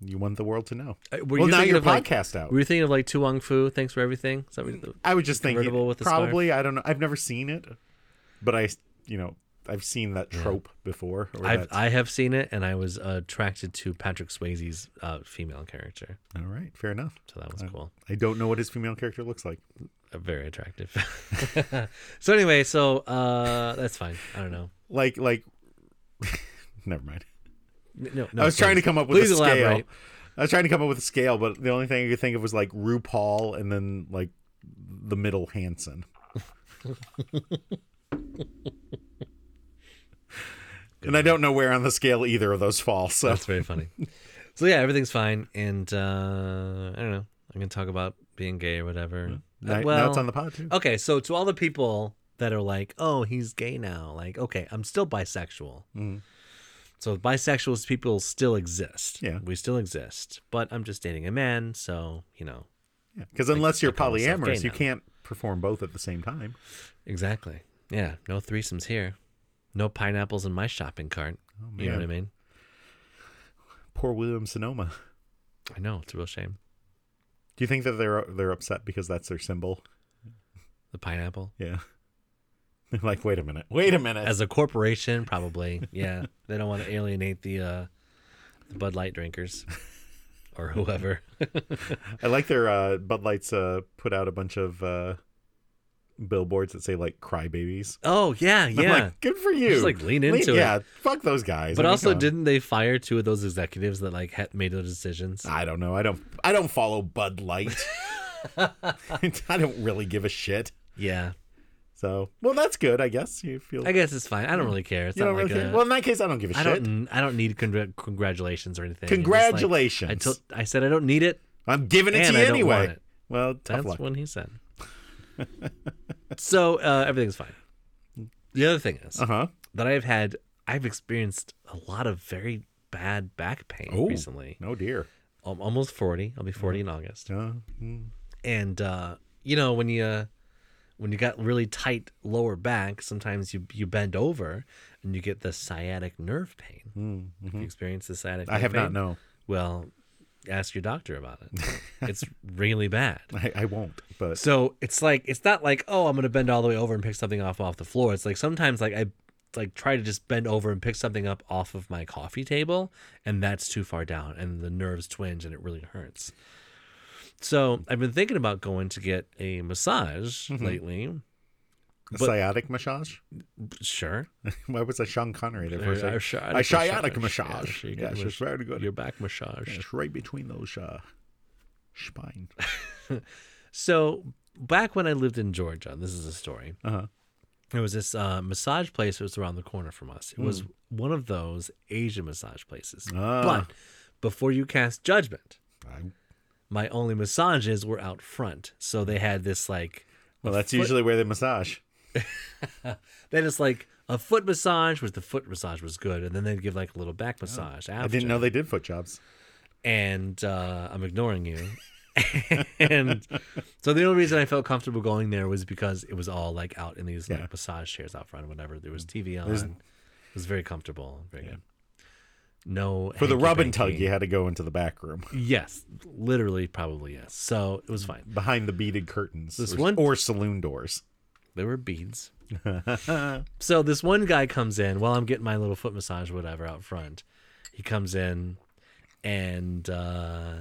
Speaker 1: You want the world to know.
Speaker 2: Uh,
Speaker 1: well,
Speaker 2: were you
Speaker 1: now
Speaker 2: thinking
Speaker 1: your
Speaker 2: of, like-
Speaker 1: podcast out.
Speaker 2: Were you thinking of like Tuong Fu? Thanks for everything. Is that what you-
Speaker 1: I was just
Speaker 2: convertible
Speaker 1: thinking
Speaker 2: with the scarf?
Speaker 1: probably I don't know. I've never seen it, but I you know I've seen that trope before. Or
Speaker 2: I've,
Speaker 1: that-
Speaker 2: I have seen it, and I was attracted to Patrick Swayze's uh, female character,
Speaker 1: All right, fair enough.
Speaker 2: so that was cool.
Speaker 1: I don't know what his female character looks like.
Speaker 2: Uh, very attractive. (laughs) so anyway, so uh, that's fine. I don't know.
Speaker 1: Like like, (laughs) never mind.
Speaker 2: N- No, no
Speaker 1: I was trying to
Speaker 2: please.
Speaker 1: come up with
Speaker 2: Please
Speaker 1: a scale.
Speaker 2: elaborate.
Speaker 1: I was trying to come up with a scale, but the only thing I could think of was like RuPaul and then like the middle
Speaker 2: (laughs)
Speaker 1: Hanson. and I don't know where on the scale either of those fall. So (laughs)
Speaker 2: That's very funny. so yeah, everything's fine, and uh, I don't know. I'm gonna talk about being gay or whatever.
Speaker 1: now,
Speaker 2: Uh,
Speaker 1: now
Speaker 2: well,
Speaker 1: it's on the (laughs) pod too.
Speaker 2: okay. So to all the people that are like, "Oh, he's gay now," like, okay, I'm still bisexual.
Speaker 1: Mhm.
Speaker 2: So bisexuals people still exist.
Speaker 1: Yeah.
Speaker 2: we still exist, but I'm just dating a man, so you know
Speaker 1: Because unless you're
Speaker 2: call myself gay
Speaker 1: polyamorous, you
Speaker 2: now.
Speaker 1: can't perform both at the same time.
Speaker 2: exactly. Yeah, no threesomes here. No pineapples in my shopping cart.
Speaker 1: Oh,
Speaker 2: You know what I
Speaker 1: man.
Speaker 2: mean?
Speaker 1: Poor William Sonoma.
Speaker 2: I know it's a real shame.
Speaker 1: Do you think that they're they're upset because that's their symbol?
Speaker 2: The pineapple.
Speaker 1: Yeah. (laughs) They're like, wait a minute, wait a minute.
Speaker 2: As a corporation,
Speaker 1: (laughs)
Speaker 2: probably. Yeah. they don't want to alienate the uh the Bud
Speaker 1: (laughs)
Speaker 2: Light drinkers or whoever.
Speaker 1: I like their uh, Bud Lights uh, put out a bunch of uh, billboards that say like "crybabies."
Speaker 2: oh yeah,
Speaker 1: And I'm
Speaker 2: yeah.
Speaker 1: like, good for you.
Speaker 2: Just, like, lean into it.
Speaker 1: yeah, fuck those guys.
Speaker 2: but
Speaker 1: I mean,
Speaker 2: also
Speaker 1: come on.
Speaker 2: didn't they fire two of those executives that like had made those decisions?
Speaker 1: I don't know. I don't. I don't follow Bud
Speaker 2: (laughs)
Speaker 1: Light. (laughs) I don't really give a shit.
Speaker 2: yeah.
Speaker 1: So, well, that's good. I guess you feel.
Speaker 2: I guess it's fine. I don't really care. It's
Speaker 1: you
Speaker 2: not
Speaker 1: don't
Speaker 2: like
Speaker 1: really care.
Speaker 2: a,
Speaker 1: Well, in that case, I don't give a
Speaker 2: I
Speaker 1: shit.
Speaker 2: don't I don't need congr- congratulations or anything. It's just like,
Speaker 1: Congratulations.
Speaker 2: I told I said I don't need it.
Speaker 1: I'm giving it
Speaker 2: And
Speaker 1: to
Speaker 2: I
Speaker 1: you
Speaker 2: don't
Speaker 1: anyway.
Speaker 2: want it.
Speaker 1: Well, tough
Speaker 2: That's
Speaker 1: luck.
Speaker 2: what he said. (laughs) so uh, everything's fine. The other thing is
Speaker 1: Uh huh.
Speaker 2: that I've had, I've experienced a lot of very bad back pain
Speaker 1: Oh.
Speaker 2: recently.
Speaker 1: No dear.
Speaker 2: I'm almost 40. I'll be 40 in August.
Speaker 1: Uh, mm.
Speaker 2: And uh, you know, when you uh, when you got really tight lower back, sometimes you you bend over and you get the sciatic nerve pain. Have You experience the sciatic.
Speaker 1: Mm, mm-hmm. I
Speaker 2: nerve
Speaker 1: have not.
Speaker 2: pain?
Speaker 1: No,
Speaker 2: Well, ask your doctor about it.
Speaker 1: (laughs)
Speaker 2: it's really bad.
Speaker 1: I, I won't. But
Speaker 2: So it's like it's not like oh I'm gonna bend all the way over and pick something off off the floor. It's like sometimes like I like try to just bend over and pick something up off of my coffee table, and that's too far down, and the nerves twinge and it really hurts. So I've been thinking about going to get a massage
Speaker 1: Mm-hmm.
Speaker 2: lately. but-
Speaker 1: sciatic massage.
Speaker 2: Sure,
Speaker 1: (laughs) Why was I Sean Connery there for
Speaker 2: Uh,
Speaker 1: a second?
Speaker 2: a sciatic
Speaker 1: a sciatic
Speaker 2: massage.
Speaker 1: massage.
Speaker 2: Yeah,
Speaker 1: Yeah,
Speaker 2: she
Speaker 1: it's
Speaker 2: was-
Speaker 1: just very good.
Speaker 2: your back massage.
Speaker 1: It's right between those uh, spine.
Speaker 2: So back when I lived in Georgia, this is a story.
Speaker 1: Uh-huh.
Speaker 2: there was this uh, massage place that was around the corner from us. It was one of those Asian massage places.
Speaker 1: Hmm. Ah.
Speaker 2: But before you cast judgment,
Speaker 1: I,
Speaker 2: my only massages were out front. So they had this like
Speaker 1: well, that's usually where they massage.
Speaker 2: then it's like a foot massage, which the foot massage was good, and then they'd give like a little back massage after.
Speaker 1: Oh. I didn't know they did foot jobs.
Speaker 2: and uh, I'm ignoring you. (laughs) and so the only reason I felt comfortable going there was because it was all like out in these
Speaker 1: Yeah. Mm.
Speaker 2: like massage chairs out front, or whatever. There was TV on. It was very comfortable, very good. No
Speaker 1: For the
Speaker 2: hanky
Speaker 1: rub and
Speaker 2: panky.
Speaker 1: tug, you had to go into the back room (laughs)
Speaker 2: Yes, literally, probably yes. So it was fine.
Speaker 1: behind the beaded curtains
Speaker 2: This
Speaker 1: or,
Speaker 2: one-
Speaker 1: or saloon doors.
Speaker 2: There were beads. so this one guy comes in while I'm getting my little foot massage, whatever, out front. He comes in, and uh,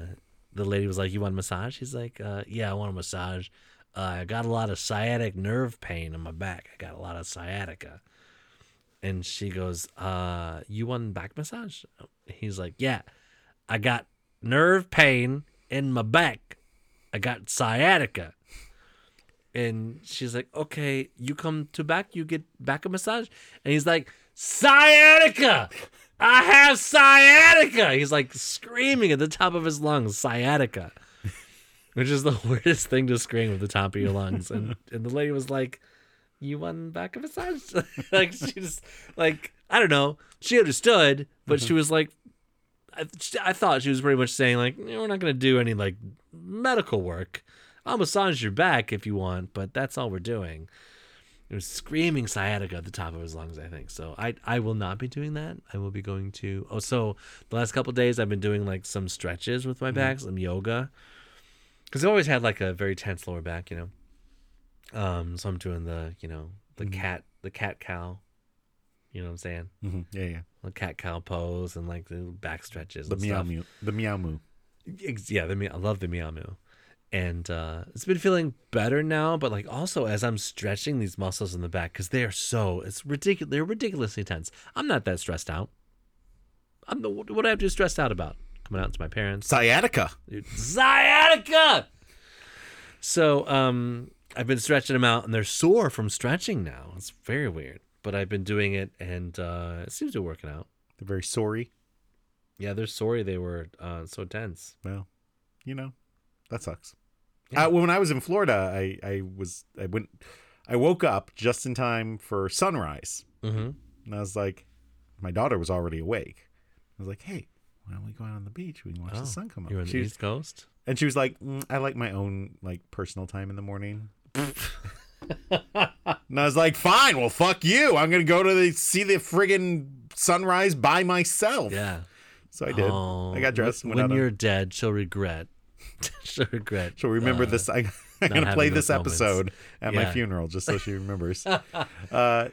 Speaker 2: the lady was like, "You want a massage?" He's like, uh, "Yeah, I want a massage. Uh, I got a lot of sciatic nerve pain in my back. I got a lot of sciatica." And she goes, uh, "You want back massage?" He's like, "Yeah, I got nerve pain in my back. I got sciatica." And she's like, okay, you come to back, you get back a massage. And he's like, sciatica! I have sciatica! He's like screaming at the top of his lungs, sciatica, (laughs) which is the (laughs) weirdest thing to scream at the top of your lungs. And, and the lady was like, you want back a massage? (laughs) like, she just, like, I don't know. She understood, but she was like, I, I thought she was pretty much saying like "Eh, we're not going to do any like medical work i'll massage your back if you want but that's all we're doing it was screaming sciatica at the top of his lungs i think so i i will not be doing that i will be going to oh so the last couple days i've been doing like some stretches with
Speaker 1: Mm-hmm.
Speaker 2: my back some yoga because i've always had like a very tense lower back you know um so i'm doing the you know the
Speaker 1: Mm-hmm.
Speaker 2: cat the cat cow you know what i'm saying
Speaker 1: Mhm. Yeah, yeah.
Speaker 2: the cat cow pose and like the back stretches
Speaker 1: The
Speaker 2: and stuff.
Speaker 1: meow moo. The meow moo.
Speaker 2: Ex- yeah, the mi- I love the Miyamu. And uh, it's been feeling better now, but like also as I'm stretching these muscles in the back because they are so it's ridiculous. They're ridiculously tense. I'm not that stressed out. I'm the, what do I have to be stressed out about? Coming out to my parents,
Speaker 1: Sciatica.
Speaker 2: (laughs) sciatica. So um, I've been stretching them out, and they're sore from stretching now. It's very weird, but I've been doing it, and uh, it seems to be working out.
Speaker 1: They're very sorry.
Speaker 2: Yeah, they're sorry they were uh, so tense.
Speaker 1: Well, you know, that sucks.
Speaker 2: Yeah.
Speaker 1: Uh, when I was in Florida, I, I was I went I woke up just in time for sunrise,
Speaker 2: Mm-hmm.
Speaker 1: and I was like, my daughter was already awake. I was like, hey, why don't we go out on the beach? We can
Speaker 2: Oh,
Speaker 1: watch the sun come up.
Speaker 2: You're on the
Speaker 1: She was-
Speaker 2: East Coast.
Speaker 1: and she was like, "Mm, I like my own like personal time in the
Speaker 2: (laughs)
Speaker 1: morning. and I was like, fine, well, fuck you. I'm gonna go to the, see the friggin' sunrise by myself.
Speaker 2: Yeah.
Speaker 1: So I (laughs) did.
Speaker 2: Oh,
Speaker 1: I got dressed. and
Speaker 2: When,
Speaker 1: went out on-
Speaker 2: you're dead, she'll regret. (laughs) she'll regret.
Speaker 1: She'll remember this. (laughs) I, I'm gonna
Speaker 2: Uh, having
Speaker 1: play
Speaker 2: those
Speaker 1: this episode at my
Speaker 2: Yeah.
Speaker 1: funeral just so she
Speaker 2: (laughs)
Speaker 1: remembers. uh,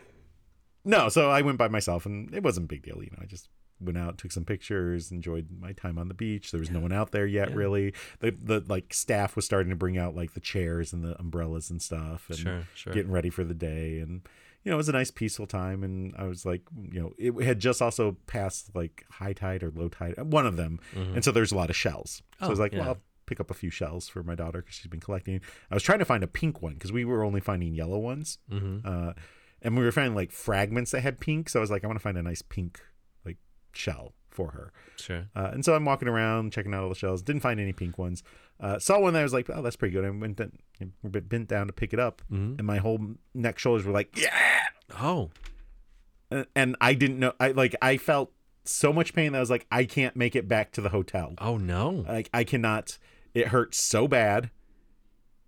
Speaker 1: no, so I went by myself and it wasn't a big deal. You know, I just went out, took some pictures, enjoyed my time on the beach. There was no one out there yet,
Speaker 2: Yeah.
Speaker 1: really. The the like staff was starting to bring out like the chairs and the umbrellas and stuff, and
Speaker 2: Sure, sure.
Speaker 1: getting ready for the day. And you know, it was a nice peaceful time. And I was like, you know, it had just also passed like high tide or low tide, one of them.
Speaker 2: Mm-hmm.
Speaker 1: And so there's a lot of shells. So I was
Speaker 2: Oh,
Speaker 1: like,
Speaker 2: yeah.
Speaker 1: well, I'll pick up a few shells for my daughter because she's been collecting. I was trying to find a pink one because we were only finding yellow ones.
Speaker 2: Mm-hmm.
Speaker 1: Uh, and we were finding like fragments that had pink. So I was like, I want to find a nice pink like shell for her.
Speaker 2: Sure.
Speaker 1: Uh, and so I'm walking around checking out all the shells. Didn't find any pink ones. Uh, saw one that I was like, oh, that's pretty good. I went down, bent down to pick it up,
Speaker 2: Mhm.
Speaker 1: and my whole neck shoulders were like, yeah.
Speaker 2: Oh,
Speaker 1: And- And I didn't know. I like I felt so much pain that I was like, I can't make it back to the hotel.
Speaker 2: oh no.
Speaker 1: Like I cannot. It hurts so bad,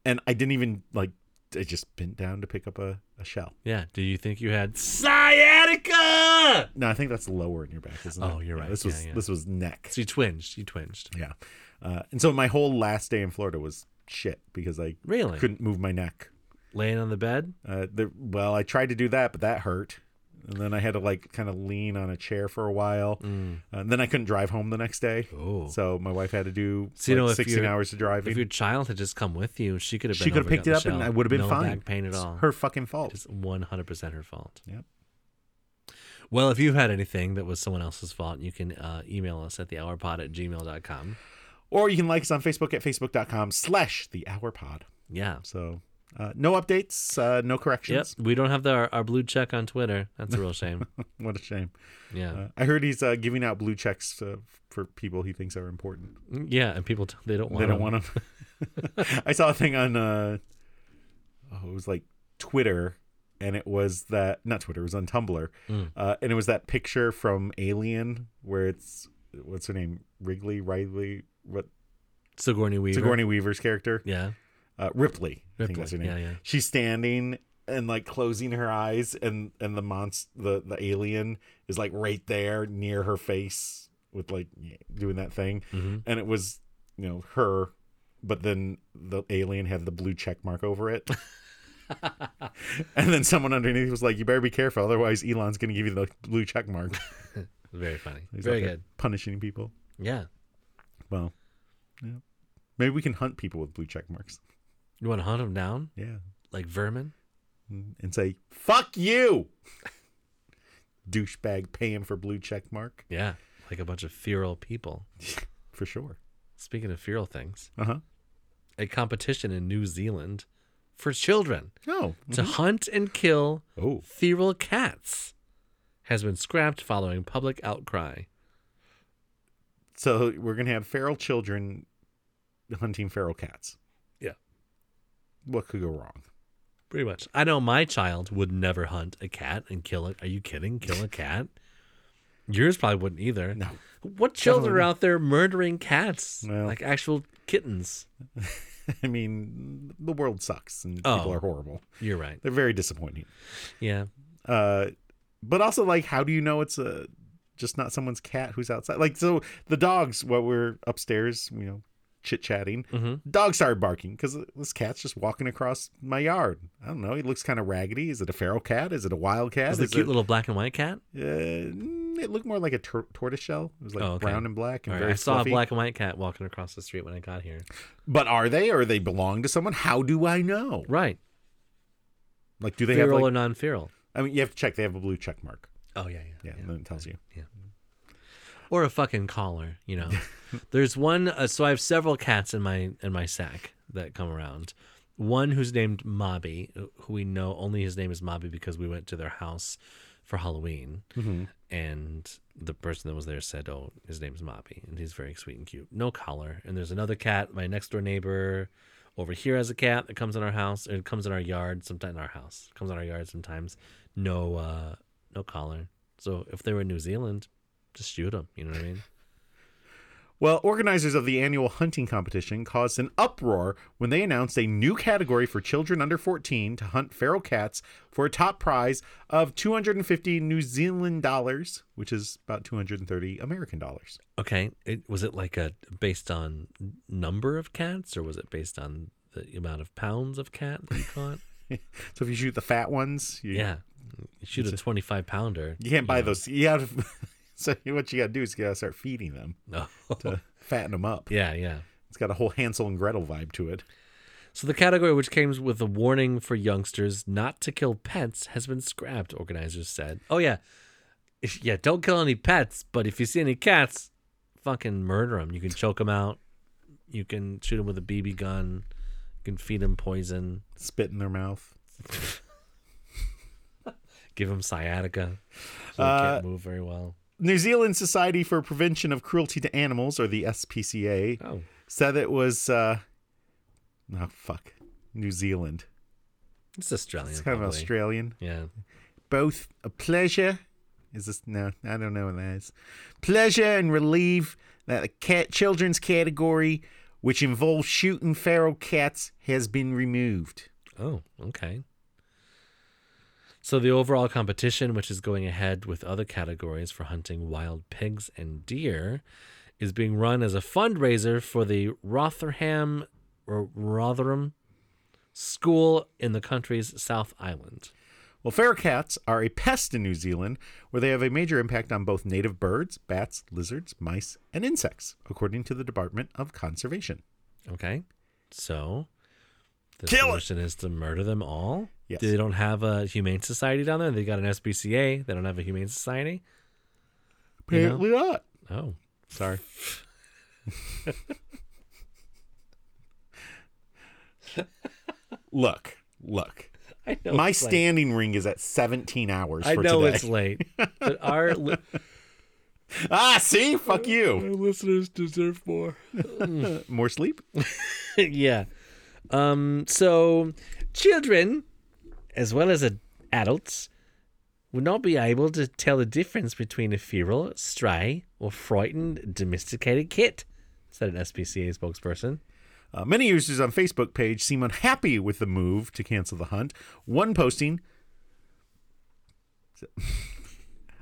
Speaker 1: and I didn't even like. I just bent down to pick up a, a shell.
Speaker 2: Yeah. Do you think you had sciatica?
Speaker 1: No, I think that's lower in your back, isn't it?
Speaker 2: Oh, you're
Speaker 1: Yeah,
Speaker 2: right.
Speaker 1: This
Speaker 2: Yeah,
Speaker 1: was
Speaker 2: yeah.
Speaker 1: this was neck.
Speaker 2: So you twinged. You twinged.
Speaker 1: Yeah, uh, and so my whole last day in Florida was shit because I
Speaker 2: Really?
Speaker 1: couldn't move my neck.
Speaker 2: Laying on the bed.
Speaker 1: Uh, the, well, I tried to do that, but that hurt. And then I had to like kind of lean on a chair for a while. And then I couldn't drive home the next day.
Speaker 2: Mm. Oh.
Speaker 1: So my wife had to do
Speaker 2: So, you
Speaker 1: like,
Speaker 2: know, if
Speaker 1: 16
Speaker 2: you're-
Speaker 1: hours of driving.
Speaker 2: If your child had just come with you, she could have. Been
Speaker 1: she could have
Speaker 2: over,
Speaker 1: picked it
Speaker 2: gotten
Speaker 1: up
Speaker 2: the
Speaker 1: and
Speaker 2: shell.
Speaker 1: I would have been
Speaker 2: no
Speaker 1: fine.
Speaker 2: back pain at
Speaker 1: It's
Speaker 2: all.
Speaker 1: Her fucking fault.
Speaker 2: It's 100% her fault.
Speaker 1: Oh. Yep.
Speaker 2: Well, if you've had anything that was someone else's fault, you can uh, email us at thehourpod at gmail.com.
Speaker 1: Or you can like us on Facebook at facebook.com slash the hour pod.
Speaker 2: Yeah.
Speaker 1: So Uh, no updates, uh, no
Speaker 2: Yep.
Speaker 1: corrections.
Speaker 2: We don't have the, our, our blue check on Twitter. That's a
Speaker 1: (laughs)
Speaker 2: real shame.
Speaker 1: What a shame.
Speaker 2: Yeah.
Speaker 1: Uh, I heard he's uh, giving out blue checks uh, for people he thinks are important.
Speaker 2: yeah. And people, don't- they don't want
Speaker 1: they don't
Speaker 2: them.
Speaker 1: want them. (laughs) I saw a thing on, uh, oh, it was like Twitter, and it was that not Twitter, it was on Tumblr,
Speaker 2: Mm.
Speaker 1: uh, and it was that picture from Alien where it's what's her name, Wrigley, Riley, what
Speaker 2: Sigourney Weaver.
Speaker 1: Sigourney Weaver's character,
Speaker 2: Yeah.
Speaker 1: uh, Ripley, I think
Speaker 2: Ripley.
Speaker 1: that's her name.
Speaker 2: Yeah, yeah.
Speaker 1: She's standing and like closing her eyes, and and the monster, the the alien is like right there near her face with like doing that thing,
Speaker 2: Mhm.
Speaker 1: and it was you know her but then the alien had the blue check mark over
Speaker 2: (laughs)
Speaker 1: it (laughs) and then someone underneath was like you better be careful otherwise elon's going to give you the blue check
Speaker 2: (laughs)
Speaker 1: mark
Speaker 2: Very funny.
Speaker 1: He's
Speaker 2: Very
Speaker 1: out there
Speaker 2: good.
Speaker 1: punishing people
Speaker 2: Yeah.
Speaker 1: well yeah. maybe we can hunt people with blue check marks
Speaker 2: You want to hunt them down
Speaker 1: yeah
Speaker 2: like vermin?
Speaker 1: and and say fuck you douchebag paying for blue check mark
Speaker 2: Yeah. Like a bunch of feral people.
Speaker 1: for sure
Speaker 2: Speaking of feral things,
Speaker 1: uh-huh
Speaker 2: a competition in New Zealand for children
Speaker 1: oh
Speaker 2: to hunt and kill
Speaker 1: oh
Speaker 2: feral cats has been scrapped following public outcry.
Speaker 1: so we're going to have feral children hunting feral cats
Speaker 2: Yeah.
Speaker 1: what could go wrong (laughs)
Speaker 2: Pretty much. I know my child would never hunt a cat and kill it. Are you kidding?
Speaker 1: (laughs)
Speaker 2: Kill a cat? Yours probably wouldn't either.
Speaker 1: No.
Speaker 2: What children are
Speaker 1: Definitely not.
Speaker 2: out there murdering cats?
Speaker 1: Well.
Speaker 2: Like actual kittens.
Speaker 1: I mean, the world sucks and
Speaker 2: Oh.
Speaker 1: people are horrible.
Speaker 2: You're right.
Speaker 1: They're very disappointing.
Speaker 2: Yeah.
Speaker 1: Uh, but also, like, how do you know it's a just not someone's cat who's outside? Like, so the dogs, while we're upstairs, you know, chit chatting,
Speaker 2: Mhm.
Speaker 1: dogs started barking because this cat's just walking across my yard. I don't know. He looks kind of raggedy. Is it a feral cat? Is it a wild cat?
Speaker 2: Is the
Speaker 1: Is
Speaker 2: cute
Speaker 1: it,
Speaker 2: little black and white cat?
Speaker 1: Uh, mm, it looked more like a tor- tortoise shell. It was like
Speaker 2: Oh, okay.
Speaker 1: brown and black and
Speaker 2: All right,
Speaker 1: very
Speaker 2: I saw
Speaker 1: fluffy.
Speaker 2: a black and white cat walking across the street when I got here.
Speaker 1: But are they or they belong to someone? How do I know?
Speaker 2: Right.
Speaker 1: Like, do they
Speaker 2: feral
Speaker 1: have
Speaker 2: or
Speaker 1: like?
Speaker 2: non feral.
Speaker 1: I mean, you have to check. They have a blue check mark.
Speaker 2: Oh yeah,
Speaker 1: Yeah, and then it tells you.
Speaker 2: Or a fucking collar, you know. There's one uh, so I have several cats in my in my sack that come around. One who's named Mobby, who we know only his name is Mobby because we went to their house for Halloween and the person that was there said, "Oh, his name's Mobby, and he's very sweet and cute. No collar." And there's another cat. My next door neighbor over here has a cat that comes in our house. It comes in our yard sometimes. In our house comes in our yard sometimes. No, uh, no collar. So if they were in New Zealand, just shoot them. You know what I mean?
Speaker 1: Well, organizers of the annual hunting competition caused an uproar when they announced a new category for children under 14 to hunt feral cats for a top prize of 250 New Zealand dollars, which is about 230 American dollars.
Speaker 2: Okay. It, was it like a based on number of cats, or was it based on the amount of pounds of cat that you caught?
Speaker 1: So if you shoot the fat ones, you,
Speaker 2: (laughs) yeah. You shoot a 25 pounder.
Speaker 1: you can't buy those. You have (laughs) so what you got to do is you got to start feeding them,
Speaker 2: (laughs) No.
Speaker 1: fatten them up.
Speaker 2: Oh, yeah, yeah.
Speaker 1: It's got a whole Hansel and Gretel vibe to it.
Speaker 2: So the category which came with a warning for youngsters not to kill pets has been scrapped, organizers said. Oh yeah. If, yeah, don't kill any pets, but if you see any cats, fucking murder them. You can choke them out. You can shoot them with a BB gun. You can feed them poison.
Speaker 1: Spit in their mouth.
Speaker 2: Give them sciatica. So they
Speaker 1: Uh,
Speaker 2: can't move very well.
Speaker 1: New Zealand Society for Prevention of Cruelty to Animals, or the SPCA,
Speaker 2: Oh.
Speaker 1: said it was uh oh fuck new zealand
Speaker 2: It's Australian.
Speaker 1: it's kind of
Speaker 2: probably.
Speaker 1: australian
Speaker 2: Yeah.
Speaker 1: both a pleasure is this no i don't know what that is pleasure and relief that the cat children's category which involves shooting feral cats has been removed
Speaker 2: Oh, okay. So the overall competition, which is going ahead with other categories for hunting wild pigs and deer, is being run as a fundraiser for the Rotherham or Rotherham School in the country's South Island.
Speaker 1: well feral cats are a pest in new zealand where they have a major impact on both native birds bats lizards mice and insects according to the department of conservation
Speaker 2: Okay. So the
Speaker 1: Kill it.
Speaker 2: solution is to murder them all.
Speaker 1: Yes.
Speaker 2: They don't have a humane society down there. They got an SPCA. They don't have a humane society. You know?
Speaker 1: apparently not
Speaker 2: Oh, sorry.
Speaker 1: look look,
Speaker 2: (laughs) I know
Speaker 1: my
Speaker 2: it's late.
Speaker 1: standing ring is at 17 hours
Speaker 2: I
Speaker 1: for
Speaker 2: know
Speaker 1: today.
Speaker 2: it's (laughs) late, but our li-
Speaker 1: (laughs) ah, see, fuck you.
Speaker 2: (laughs) our listeners deserve more.
Speaker 1: More sleep.
Speaker 2: (laughs) yeah. Um, so children, as well as ad- adults, would not be able to tell the difference between a feral, stray, or frightened domesticated kit, said an SPCA spokesperson.
Speaker 1: Uh, many users on Facebook page seem unhappy with the move to cancel the hunt. One posting, (laughs)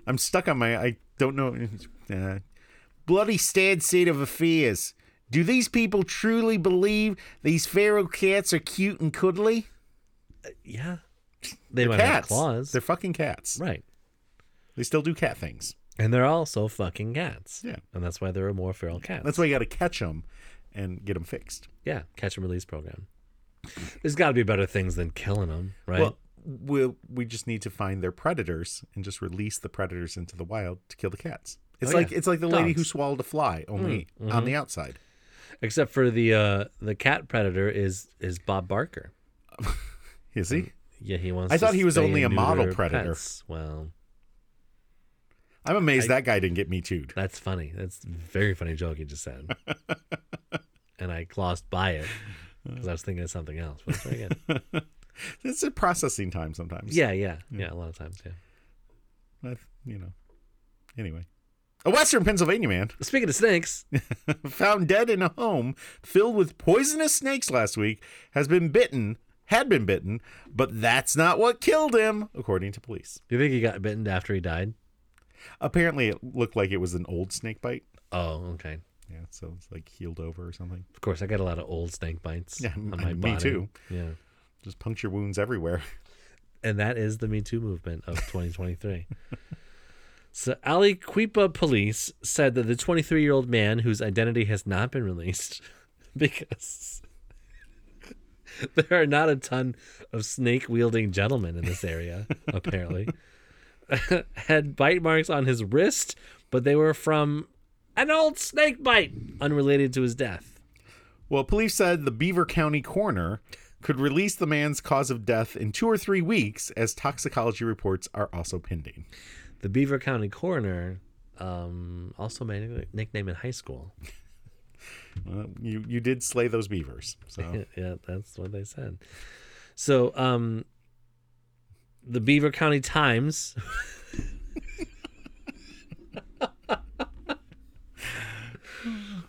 Speaker 1: I'm stuck on my. I don't know. Uh, bloody sad state of affairs. Do these people truly believe these feral cats are cute and cuddly?
Speaker 2: Yeah. They might have
Speaker 1: Cats.
Speaker 2: claws.
Speaker 1: They're fucking cats.
Speaker 2: right.
Speaker 1: They still do cat things.
Speaker 2: And they're also fucking cats.
Speaker 1: Yeah.
Speaker 2: And that's why there are more feral cats.
Speaker 1: That's why you got to catch them and get them fixed.
Speaker 2: yeah, catch and release program. There's got to be better things than killing them, right?
Speaker 1: Well, we'll, we just need to find their predators and just release the predators into the wild to kill the cats. It's
Speaker 2: Oh,
Speaker 1: like
Speaker 2: yeah.
Speaker 1: it's like the lady who
Speaker 2: Dogs. Mm, mm-hmm.
Speaker 1: swallowed a fly, only on the outside.
Speaker 2: Except for the uh, the cat predator is is Bob Barker.
Speaker 1: Is
Speaker 2: Mm-hmm.
Speaker 1: he?
Speaker 2: Yeah, he wants.
Speaker 1: I
Speaker 2: to
Speaker 1: thought he was
Speaker 2: spay
Speaker 1: only a
Speaker 2: and
Speaker 1: model
Speaker 2: neuter
Speaker 1: predator.
Speaker 2: pets. Well,
Speaker 1: I'm amazed that guy didn't get me (laughs) too'd.
Speaker 2: that's funny. That's a very funny joke you just said.
Speaker 1: (laughs)
Speaker 2: and I glossed by it because I was thinking of something else. But it's very
Speaker 1: (laughs)
Speaker 2: good.
Speaker 1: It's a processing time sometimes.
Speaker 2: yeah, yeah, yeah. A lot of times, yeah.
Speaker 1: I- you know. Anyway, a Western Pennsylvania man (laughs)
Speaker 2: Speaking of snakes,
Speaker 1: found dead in a home filled with poisonous snakes last week has been bitten, had been bitten, but that's not what killed him, according to police.
Speaker 2: do you think he got bitten after he died?
Speaker 1: Apparently, it looked like it was an old snake bite.
Speaker 2: Oh, okay.
Speaker 1: Yeah, so it's like healed over or something.
Speaker 2: Of course, I got a lot of old snake bites.
Speaker 1: Yeah,
Speaker 2: on
Speaker 1: m- me
Speaker 2: my body.
Speaker 1: too.
Speaker 2: Yeah,
Speaker 1: Just puncture wounds everywhere. (laughs)
Speaker 2: and that is the Me Too movement
Speaker 1: (laughs)
Speaker 2: of 2023. so, Aliquippa police said that the 23 year old man whose identity has not been released (laughs) because (laughs) there are not a ton of snake wielding gentlemen in
Speaker 1: (laughs)
Speaker 2: this area, apparently, (laughs) had bite marks on his wrist, but they were from an old snake bite unrelated to his death.
Speaker 1: Well, police said the Beaver County coroner could release the man's cause of death in two or three weeks, as toxicology reports are also pending.
Speaker 2: The Beaver County coroner, um, also my nickname in high school.
Speaker 1: Uh, you you did slay those beavers,
Speaker 2: (laughs)
Speaker 1: so
Speaker 2: yeah, that's what they said. So, um, the Beaver County Times.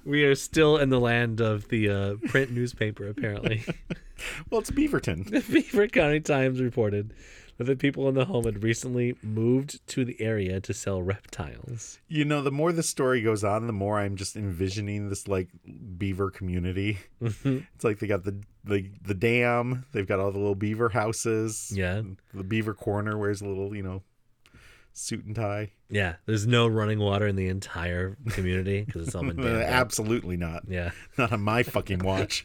Speaker 2: we are still in the land of the uh, print newspaper, apparently.
Speaker 1: well, it's Beaverton.
Speaker 2: (laughs) the Beaver County Times reported that the people in the home had recently moved to the area to sell reptiles.
Speaker 1: You know, the more the story goes on, the more I'm just envisioning this like beaver community. (laughs) It's like they got the the the dam, they've got all the little beaver houses.
Speaker 2: Yeah.
Speaker 1: the beaver corner wears a little, you know, suit and tie.
Speaker 2: Yeah, there's no running water in the entire community because it's
Speaker 1: (laughs)
Speaker 2: all been dammed. up.
Speaker 1: Uh, Absolutely not.
Speaker 2: yeah.
Speaker 1: (laughs) Not on my fucking watch.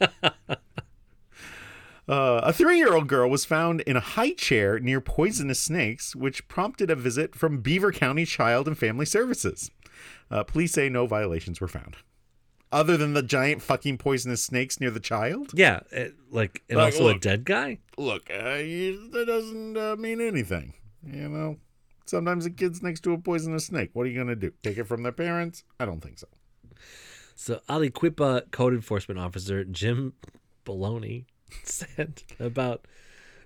Speaker 1: Uh, a three year old girl was found in a high chair near poisonous snakes, which prompted a visit from Beaver County Child and Family Services. Uh, police say no violations were found. Other than the giant fucking poisonous snakes near the child?
Speaker 2: Yeah, it, like and
Speaker 1: Like,
Speaker 2: also a
Speaker 1: look.
Speaker 2: dead guy.
Speaker 1: Look, uh, you- that doesn't uh, mean anything. You know, sometimes a kid's next to a poisonous snake. What are you going to do? Take it from their parents? I don't think so.
Speaker 2: So Aliquippa code enforcement officer Jim Baloney (laughs) said about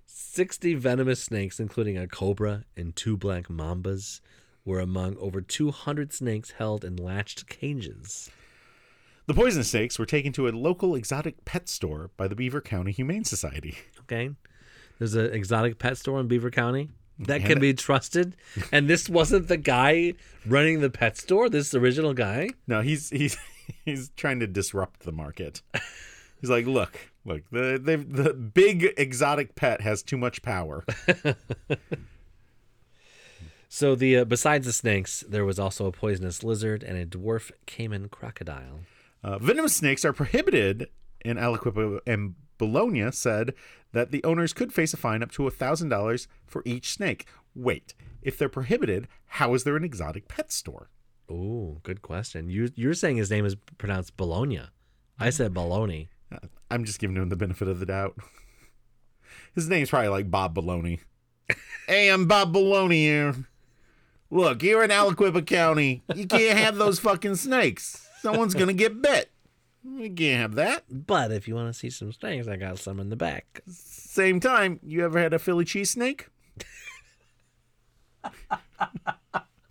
Speaker 2: 60 venomous snakes, including a cobra and two black mambas, were among over 200 snakes held in latched cages.
Speaker 1: The poison snakes were taken to a local exotic pet store by the Beaver County Humane Society. (laughs)
Speaker 2: Okay, there's an exotic pet store in Beaver County that
Speaker 1: And-
Speaker 2: can be trusted, and this wasn't the guy running the pet store. This original guy.
Speaker 1: No, he's he's (laughs) he's trying to disrupt the market. He's like, look, look, the the the big exotic pet has too much power.
Speaker 2: So the uh, besides the snakes, there was also a poisonous lizard and a dwarf caiman crocodile.
Speaker 1: Uh, venomous snakes are prohibited in Aliquippa and Bologna said that the owners could face a fine up to thousand dollars for each snake. Wait, if they're prohibited, how is there an exotic pet store?
Speaker 2: Oh, good question. You you're saying his name is pronounced Bologna. I said Bologna.
Speaker 1: I'm just giving him the benefit of the doubt. (laughs) His name's probably like Bob Baloney. (laughs) hey, I'm Bob Baloney here. Look, you're in Aliquippa County. You can't have those fucking snakes. Someone's gonna get bit. You can't have that.
Speaker 2: But if you want to see some snakes, I got some in the back.
Speaker 1: Same time, you ever had a Philly cheese snake?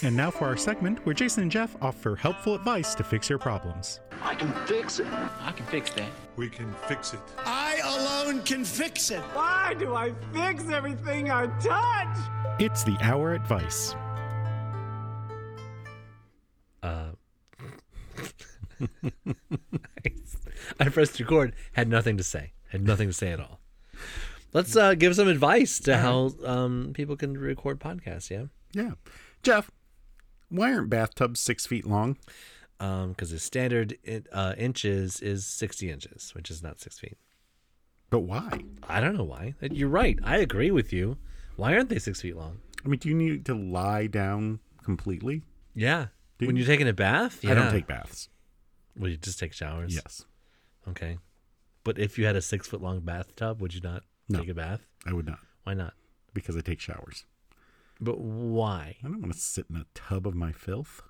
Speaker 3: And now for our segment where Jason and Jeff offer helpful advice to fix your problems.
Speaker 4: I can fix it.
Speaker 5: I can fix that.
Speaker 6: We can fix it.
Speaker 7: I alone can fix it.
Speaker 8: Why do I fix everything I touch?
Speaker 3: It's the Hour Advice.
Speaker 2: (laughs) I pressed record, had nothing to say, had nothing to say at all. Let's uh, give some advice to how um, people can record podcasts. Yeah,
Speaker 1: Yeah. Jeff, why aren't bathtubs six feet long?
Speaker 2: because Um, the standard in, uh, inches is sixty inches, which is not six feet.
Speaker 1: But why?
Speaker 2: I don't know why. You're right. I agree with you. Why aren't they six feet long?
Speaker 1: I mean, do you need to lie down completely?
Speaker 2: Yeah.
Speaker 1: Do
Speaker 2: when
Speaker 1: you-
Speaker 2: you're taking a bath,
Speaker 1: I
Speaker 2: Yeah.
Speaker 1: don't take baths.
Speaker 2: Well, you just take showers.
Speaker 1: Yes.
Speaker 2: Okay. But if you had a six foot long bathtub, would you not
Speaker 1: No.
Speaker 2: take a bath?
Speaker 1: I would not
Speaker 2: Why not?
Speaker 1: because I take showers.
Speaker 2: But why?
Speaker 1: I don't want to sit in a tub of my filth.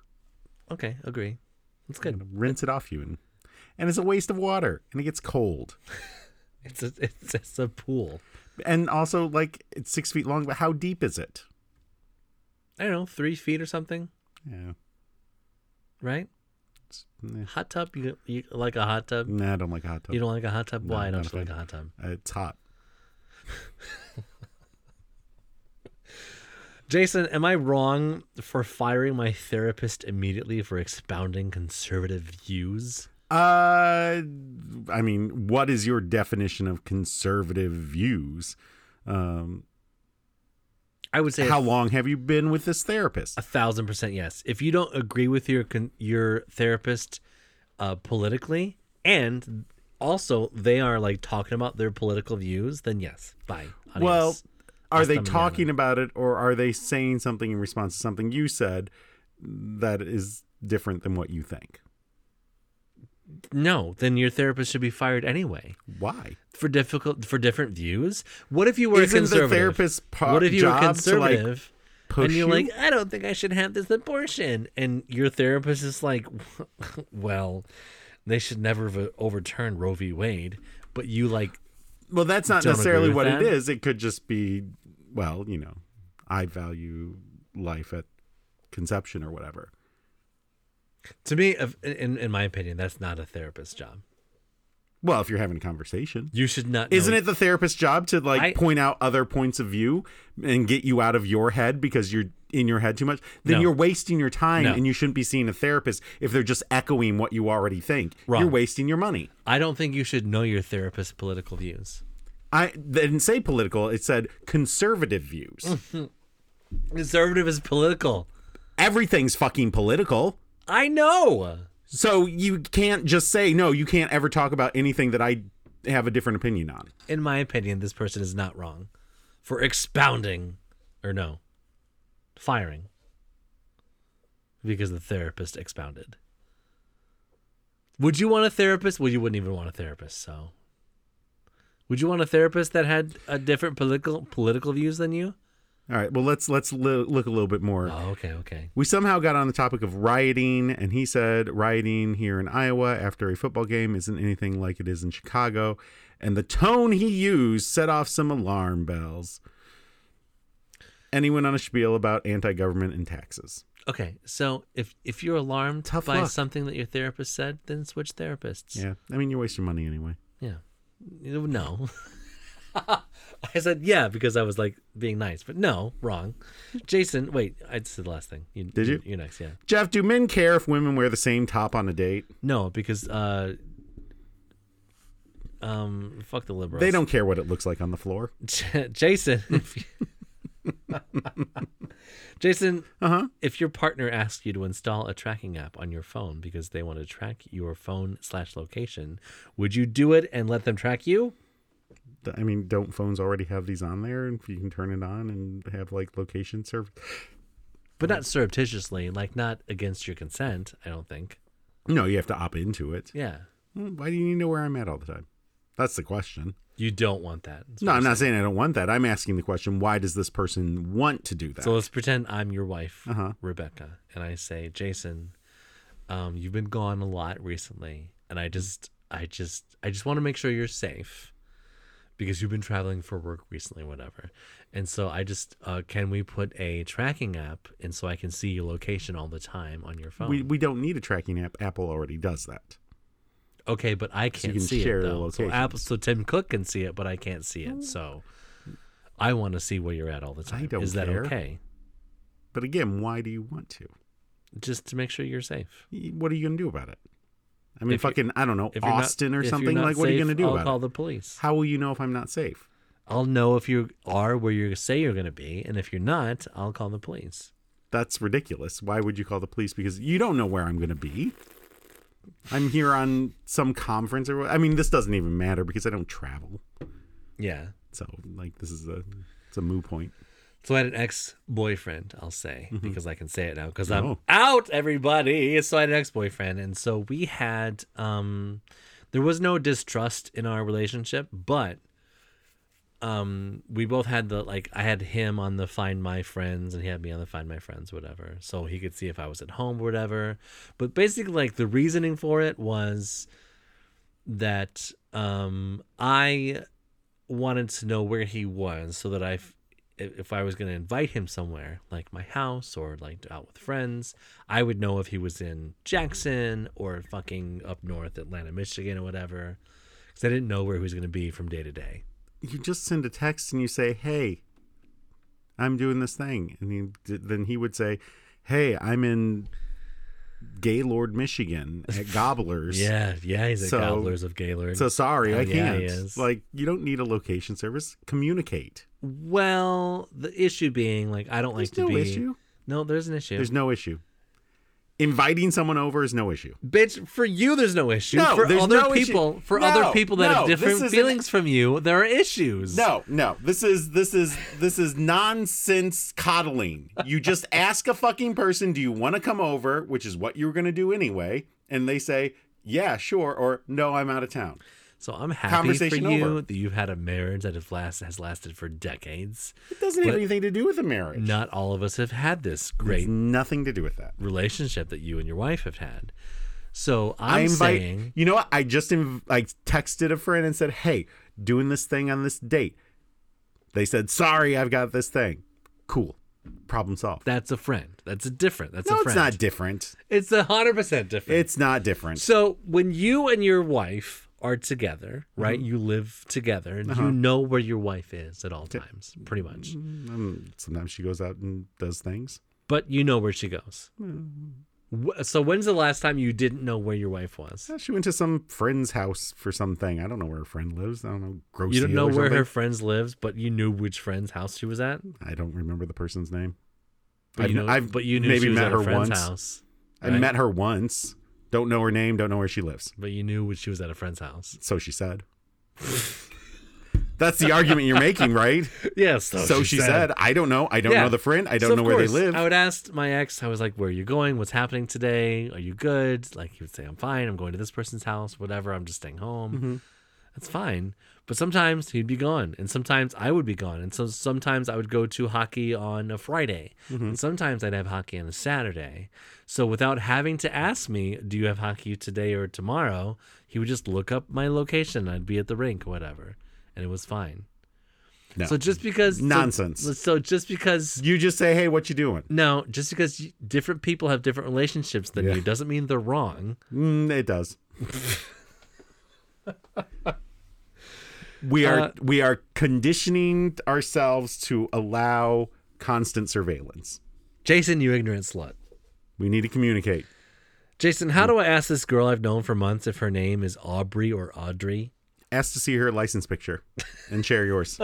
Speaker 2: Okay, agree. That's
Speaker 1: I'm
Speaker 2: good.
Speaker 1: gonna rinse it off you, and and it's a waste of water, and it gets cold,
Speaker 2: It's a it's, it's a pool.
Speaker 1: and also like it's six feet long. But how deep is it?
Speaker 2: I don't know, three feet or something,
Speaker 1: Yeah.
Speaker 2: right?
Speaker 1: It's, nah,
Speaker 2: Hot tub. You you like a hot tub?
Speaker 1: Nah, I don't like a hot tub.
Speaker 2: You don't like a hot tub?
Speaker 1: No,
Speaker 2: Why
Speaker 1: not
Speaker 2: don't
Speaker 1: a
Speaker 2: you like
Speaker 1: fan.
Speaker 2: a hot tub?
Speaker 1: Uh, it's hot.
Speaker 2: Jason, am I wrong for firing my therapist immediately for expounding conservative views?
Speaker 1: Uh, I mean, what is your definition of conservative views? Um,
Speaker 2: I would say
Speaker 1: how long have you been with this therapist?
Speaker 2: A thousand percent yes. If you don't agree with your con- your therapist uh, politically, and also they are like talking about their political views, then yes, bye. Adios.
Speaker 1: Well, are
Speaker 2: Hasta
Speaker 1: they
Speaker 2: mañana.
Speaker 1: talking about it or are they saying something in response to something you said that is different than what you think?
Speaker 2: no, then your therapist should be fired anyway
Speaker 1: Why?
Speaker 2: for difficult for different views. What if you were
Speaker 1: Isn't
Speaker 2: a
Speaker 1: the
Speaker 2: conservative?
Speaker 1: therapist's po-
Speaker 2: what if you were
Speaker 1: job to, like,
Speaker 2: conservative?
Speaker 1: push
Speaker 2: and you're
Speaker 1: you?
Speaker 2: like, I don't think I should have this abortion. And your therapist is like, (laughs) well, they should never have overturned Roe v. Wade. But you like
Speaker 1: Well, that's not
Speaker 2: Don't
Speaker 1: necessarily
Speaker 2: agree
Speaker 1: what
Speaker 2: with
Speaker 1: it
Speaker 2: that?
Speaker 1: is. It could just be, well, you know, I value life at conception or whatever.
Speaker 2: To me, if- in in my opinion, that's not a therapist's job.
Speaker 1: Well, if you're having a conversation.
Speaker 2: You should not. know-
Speaker 1: Isn't it the therapist's job to like
Speaker 2: I-
Speaker 1: point out other points of view and get you out of your head because you're in your head too much? Then
Speaker 2: No.
Speaker 1: you're wasting your time
Speaker 2: No.
Speaker 1: and you shouldn't be seeing a therapist if they're just echoing what you already think.
Speaker 2: Wrong.
Speaker 1: You're wasting your money.
Speaker 2: I don't think you should know your therapist's political views.
Speaker 1: I they didn't say political, it said conservative views.
Speaker 2: Mm. Conservative is political.
Speaker 1: Everything's fucking political.
Speaker 2: I know.
Speaker 1: So you can't just say no, you can't ever talk about anything that I have a different opinion on.
Speaker 2: In my opinion, this person is not wrong for expounding, or no, firing, because the therapist expounded. Would you want a therapist? Well, you wouldn't even want a therapist. So, would you want a therapist that had a different political political views than you?
Speaker 1: All right, well let's let's lo- look a little bit more
Speaker 2: Oh, okay, okay.
Speaker 1: We somehow got on the topic of rioting, and he said rioting here in Iowa after a football game isn't anything like it is in Chicago. And the tone he used set off some alarm bells. And he went on a spiel about anti government and taxes.
Speaker 2: Okay, so if if you're alarmed
Speaker 1: Tough
Speaker 2: by
Speaker 1: luck.
Speaker 2: something that your therapist said, then switch therapists.
Speaker 1: Yeah. I mean, you're wasting money anyway.
Speaker 2: Yeah. You- No. (laughs) I said yeah because I was like being nice, but no, wrong. Jason, wait, I said the last thing. You,
Speaker 1: Did you?
Speaker 2: You're next, yeah.
Speaker 1: Jeff, do men care if women wear the same top on a date?
Speaker 2: No, because uh, um, fuck the liberals.
Speaker 1: They don't care what it looks like on the floor.
Speaker 2: J- (laughs) Jason. If you- (laughs) Jason, uh-huh. if your partner asks you to install a tracking app on your phone because they want to track your phone slash location, would you do it and let them track you?
Speaker 1: I mean, don't phones already have these on there? And you can turn it on and have like location service.
Speaker 2: But not surreptitiously, like not against your consent, I don't think.
Speaker 1: No, you have to opt into it. Hmm,
Speaker 2: Yeah.
Speaker 1: Why do you need to know where I'm at all the time? That's the question.
Speaker 2: You don't want that. That's
Speaker 1: No,
Speaker 2: what
Speaker 1: I'm
Speaker 2: you're
Speaker 1: not saying I don't want that. I'm asking the question: Why does this person want to do that?
Speaker 2: So let's pretend I'm your wife,
Speaker 1: Uh-huh.
Speaker 2: Rebecca, and I say, Jason, um, you've been gone a lot recently, and I just, I just, I just want to make sure you're safe because you've been traveling for work recently, whatever. And so I just, uh, can we put a tracking app, and so I can see your location all the time on your phone?
Speaker 1: we we don't need a tracking app. Apple already does that.
Speaker 2: okay, but I can't
Speaker 1: can
Speaker 2: see
Speaker 1: share
Speaker 2: it
Speaker 1: the
Speaker 2: though. So Apple,
Speaker 1: locations.
Speaker 2: so Tim Cook can see it, but I can't see it. So I want to see where you're at all the time.
Speaker 1: don't
Speaker 2: Is that
Speaker 1: care.
Speaker 2: okay?
Speaker 1: But again, why do you want to?
Speaker 2: Just to make sure you're safe.
Speaker 1: Y- What are you going to do about it? I mean,
Speaker 2: If you-
Speaker 1: fucking, I don't know,
Speaker 2: if you're not-
Speaker 1: Austin
Speaker 2: if
Speaker 1: or
Speaker 2: you're
Speaker 1: something.
Speaker 2: not
Speaker 1: Like, what are you
Speaker 2: safe,
Speaker 1: going to do
Speaker 2: I'll
Speaker 1: about
Speaker 2: call
Speaker 1: it?
Speaker 2: the police.
Speaker 1: How will you know if I'm not safe?
Speaker 2: I'll know if you are where you say you're going to be, and if you're not, I'll call the police.
Speaker 1: That's ridiculous. Why would you call the police? Because you don't know where I'm going to be. I'm here on some conference or what. I mean, this doesn't even matter because I don't travel.
Speaker 2: Yeah.
Speaker 1: So, like, this is a it's a moo point.
Speaker 2: So I had an ex-boyfriend, I'll say, because I can say it now because I'm
Speaker 1: Oh.
Speaker 2: out, everybody. So I had an ex-boyfriend, and so we had, um, there was no distrust in our relationship, but, um, we both had the like I had him on the Find My Friends, and he had me on the Find My Friends, whatever, so he could see if I was at home, or whatever. But basically, like the reasoning for it was that um I wanted to know where he was so that I, f- if if I was going to invite him somewhere, like my house or like out with friends, I would know if he was in Jackson or fucking up north, Atlanta, Michigan, or whatever. Because I didn't know where he was going to be from day to day.
Speaker 1: You just send a text and you say, "Hey, I'm doing this thing," and he, then he would say, "Hey, I'm in Gaylord, Michigan,
Speaker 2: (laughs)
Speaker 1: at Gobblers."
Speaker 2: Yeah, yeah, he's at
Speaker 1: So-
Speaker 2: Gobblers of Gaylord.
Speaker 1: So sorry,
Speaker 2: Oh,
Speaker 1: I
Speaker 2: yeah,
Speaker 1: can't.
Speaker 2: he is.
Speaker 1: Like, you don't need a location service. Communicate.
Speaker 2: well, the issue being, like, I don't like
Speaker 1: There's
Speaker 2: to
Speaker 1: no
Speaker 2: be.
Speaker 1: issue.
Speaker 2: No, there's an issue.
Speaker 1: There's no issue. Inviting someone over is no issue.
Speaker 2: Bitch, for you, there's no issue.
Speaker 1: No,
Speaker 2: for
Speaker 1: there's
Speaker 2: other
Speaker 1: no issue.
Speaker 2: people, for
Speaker 1: No,
Speaker 2: other people that have
Speaker 1: no, this
Speaker 2: different
Speaker 1: isn't-
Speaker 2: feelings from you, there are issues.
Speaker 1: No, no. This is this is this is nonsense coddling. You (laughs) just ask a fucking person, "Do you want to come over?" which is what you were going to do anyway, and they say, "Yeah, sure," or "No, I'm out of town."
Speaker 2: So I'm happy for
Speaker 1: Conversation
Speaker 2: you
Speaker 1: over.
Speaker 2: that you've had a marriage that has lasted, has lasted for decades.
Speaker 1: It doesn't have
Speaker 2: But-
Speaker 1: anything to do with a marriage.
Speaker 2: Not all of us have had this
Speaker 1: It's
Speaker 2: great
Speaker 1: nothing to do with that.
Speaker 2: relationship that you and your wife have had. So
Speaker 1: I
Speaker 2: I'm
Speaker 1: invite.
Speaker 2: saying,
Speaker 1: You know what? I just inv- I texted a friend and said, "Hey, doing this thing on this date." They said, "Sorry, I've got this thing." Cool. Problem solved.
Speaker 2: that's a friend. That's a different. That's
Speaker 1: no,
Speaker 2: a
Speaker 1: it's
Speaker 2: friend.
Speaker 1: not different.
Speaker 2: It's a hundred percent different.
Speaker 1: It's not different.
Speaker 2: so when you and your wife are together,
Speaker 1: Mm-hmm.
Speaker 2: right? You live together, and
Speaker 1: Uh-huh.
Speaker 2: you know where your wife is at all times, pretty much. mm,
Speaker 1: Um, sometimes she goes out and does things.
Speaker 2: But you know where she goes.
Speaker 1: Mm-hmm.
Speaker 2: Wh- So when's the last time you didn't know where your wife was?
Speaker 1: Uh, She went to some friend's house for something. I don't know where her friend lives. I don't know. Gross.
Speaker 2: You don't know where her friends lives, but you knew which friend's house she was at.
Speaker 1: I don't remember the person's name.
Speaker 2: But
Speaker 1: I've-
Speaker 2: you know,
Speaker 1: I've
Speaker 2: but you knew
Speaker 1: maybe
Speaker 2: she was
Speaker 1: met
Speaker 2: at
Speaker 1: her
Speaker 2: a friend's
Speaker 1: once.
Speaker 2: house.
Speaker 1: I
Speaker 2: right?
Speaker 1: met her once. Don't know her name. Don't know where she lives.
Speaker 2: But you knew she was at a friend's
Speaker 1: (laughs)
Speaker 2: house.
Speaker 1: So she said. That's the argument you're making,
Speaker 2: (laughs)
Speaker 1: right?
Speaker 2: Yeah.
Speaker 1: so she, said, "I don't know. I don't
Speaker 2: Oh, Yeah.
Speaker 1: know the friend. I don't
Speaker 2: So,
Speaker 1: know
Speaker 2: of
Speaker 1: where they
Speaker 2: course,
Speaker 1: live."
Speaker 2: I would ask my ex. I was like, "Where are you going? What's happening today? Are you good?" Like he would say, "I'm fine. I'm going to this person's house. Whatever. I'm just staying home.
Speaker 1: Mm-hmm.
Speaker 2: That's fine." But sometimes he'd be gone, and sometimes I would be gone, and so sometimes I would go to hockey on a Friday,
Speaker 1: Mm-hmm.
Speaker 2: and sometimes I'd have hockey on a Saturday. So without having to ask me, "Do you have hockey today or tomorrow?" He would just look up my location. I'd be at the rink, or whatever, and it was fine.
Speaker 1: No.
Speaker 2: So just because so-
Speaker 1: Nonsense.
Speaker 2: so just because
Speaker 1: you just say, "Hey, what you doing?"
Speaker 2: no, just because you- different people have different relationships than
Speaker 1: Yeah.
Speaker 2: you doesn't mean they're wrong.
Speaker 1: Mm, it does. we are
Speaker 2: Uh,
Speaker 1: we are conditioning ourselves to allow constant surveillance.
Speaker 2: Jason, you ignorant slut.
Speaker 1: We need to communicate.
Speaker 2: Jason, how do I ask this girl I've known for months if her name is Aubrey or Audrey?
Speaker 1: Ask to see her license picture and share
Speaker 3: (laughs)
Speaker 1: yours.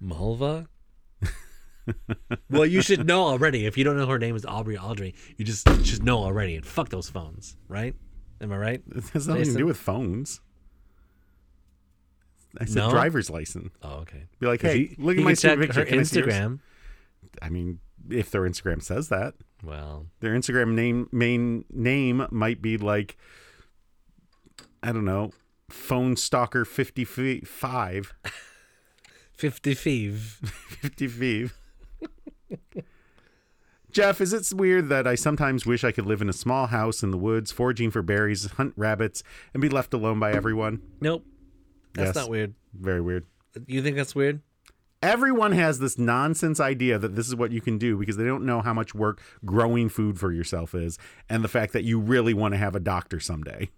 Speaker 2: Malva? well, you should know already. If you don't know her name is Aubrey or Audrey, you just should know already and fuck those phones, right? Am I right?
Speaker 1: It has nothing
Speaker 2: Jason?
Speaker 1: to do with phones. I said
Speaker 2: No?
Speaker 1: driver's license.
Speaker 2: Oh, okay.
Speaker 1: Be like,
Speaker 2: 'Cause
Speaker 1: hey,
Speaker 2: he-
Speaker 1: look at
Speaker 2: he
Speaker 1: my
Speaker 2: could check
Speaker 1: stupid picture.
Speaker 2: her
Speaker 1: Can I see yours?
Speaker 2: Instagram.
Speaker 1: I mean, if their Instagram says that,
Speaker 2: Well,
Speaker 1: their Instagram name main name might be like I don't know, phone stalker 55
Speaker 2: 55.
Speaker 1: 55 Jeff, is it weird that I sometimes wish I could live in a small house in the woods, foraging for berries, hunt rabbits, and be left alone by everyone?
Speaker 2: Nope. That's
Speaker 1: Yes.
Speaker 2: not weird.
Speaker 1: Very weird.
Speaker 2: You think that's weird?
Speaker 1: Everyone has this nonsense idea that this is what you can do because they don't know how much work growing food for yourself is and the fact that you really want to have a doctor someday.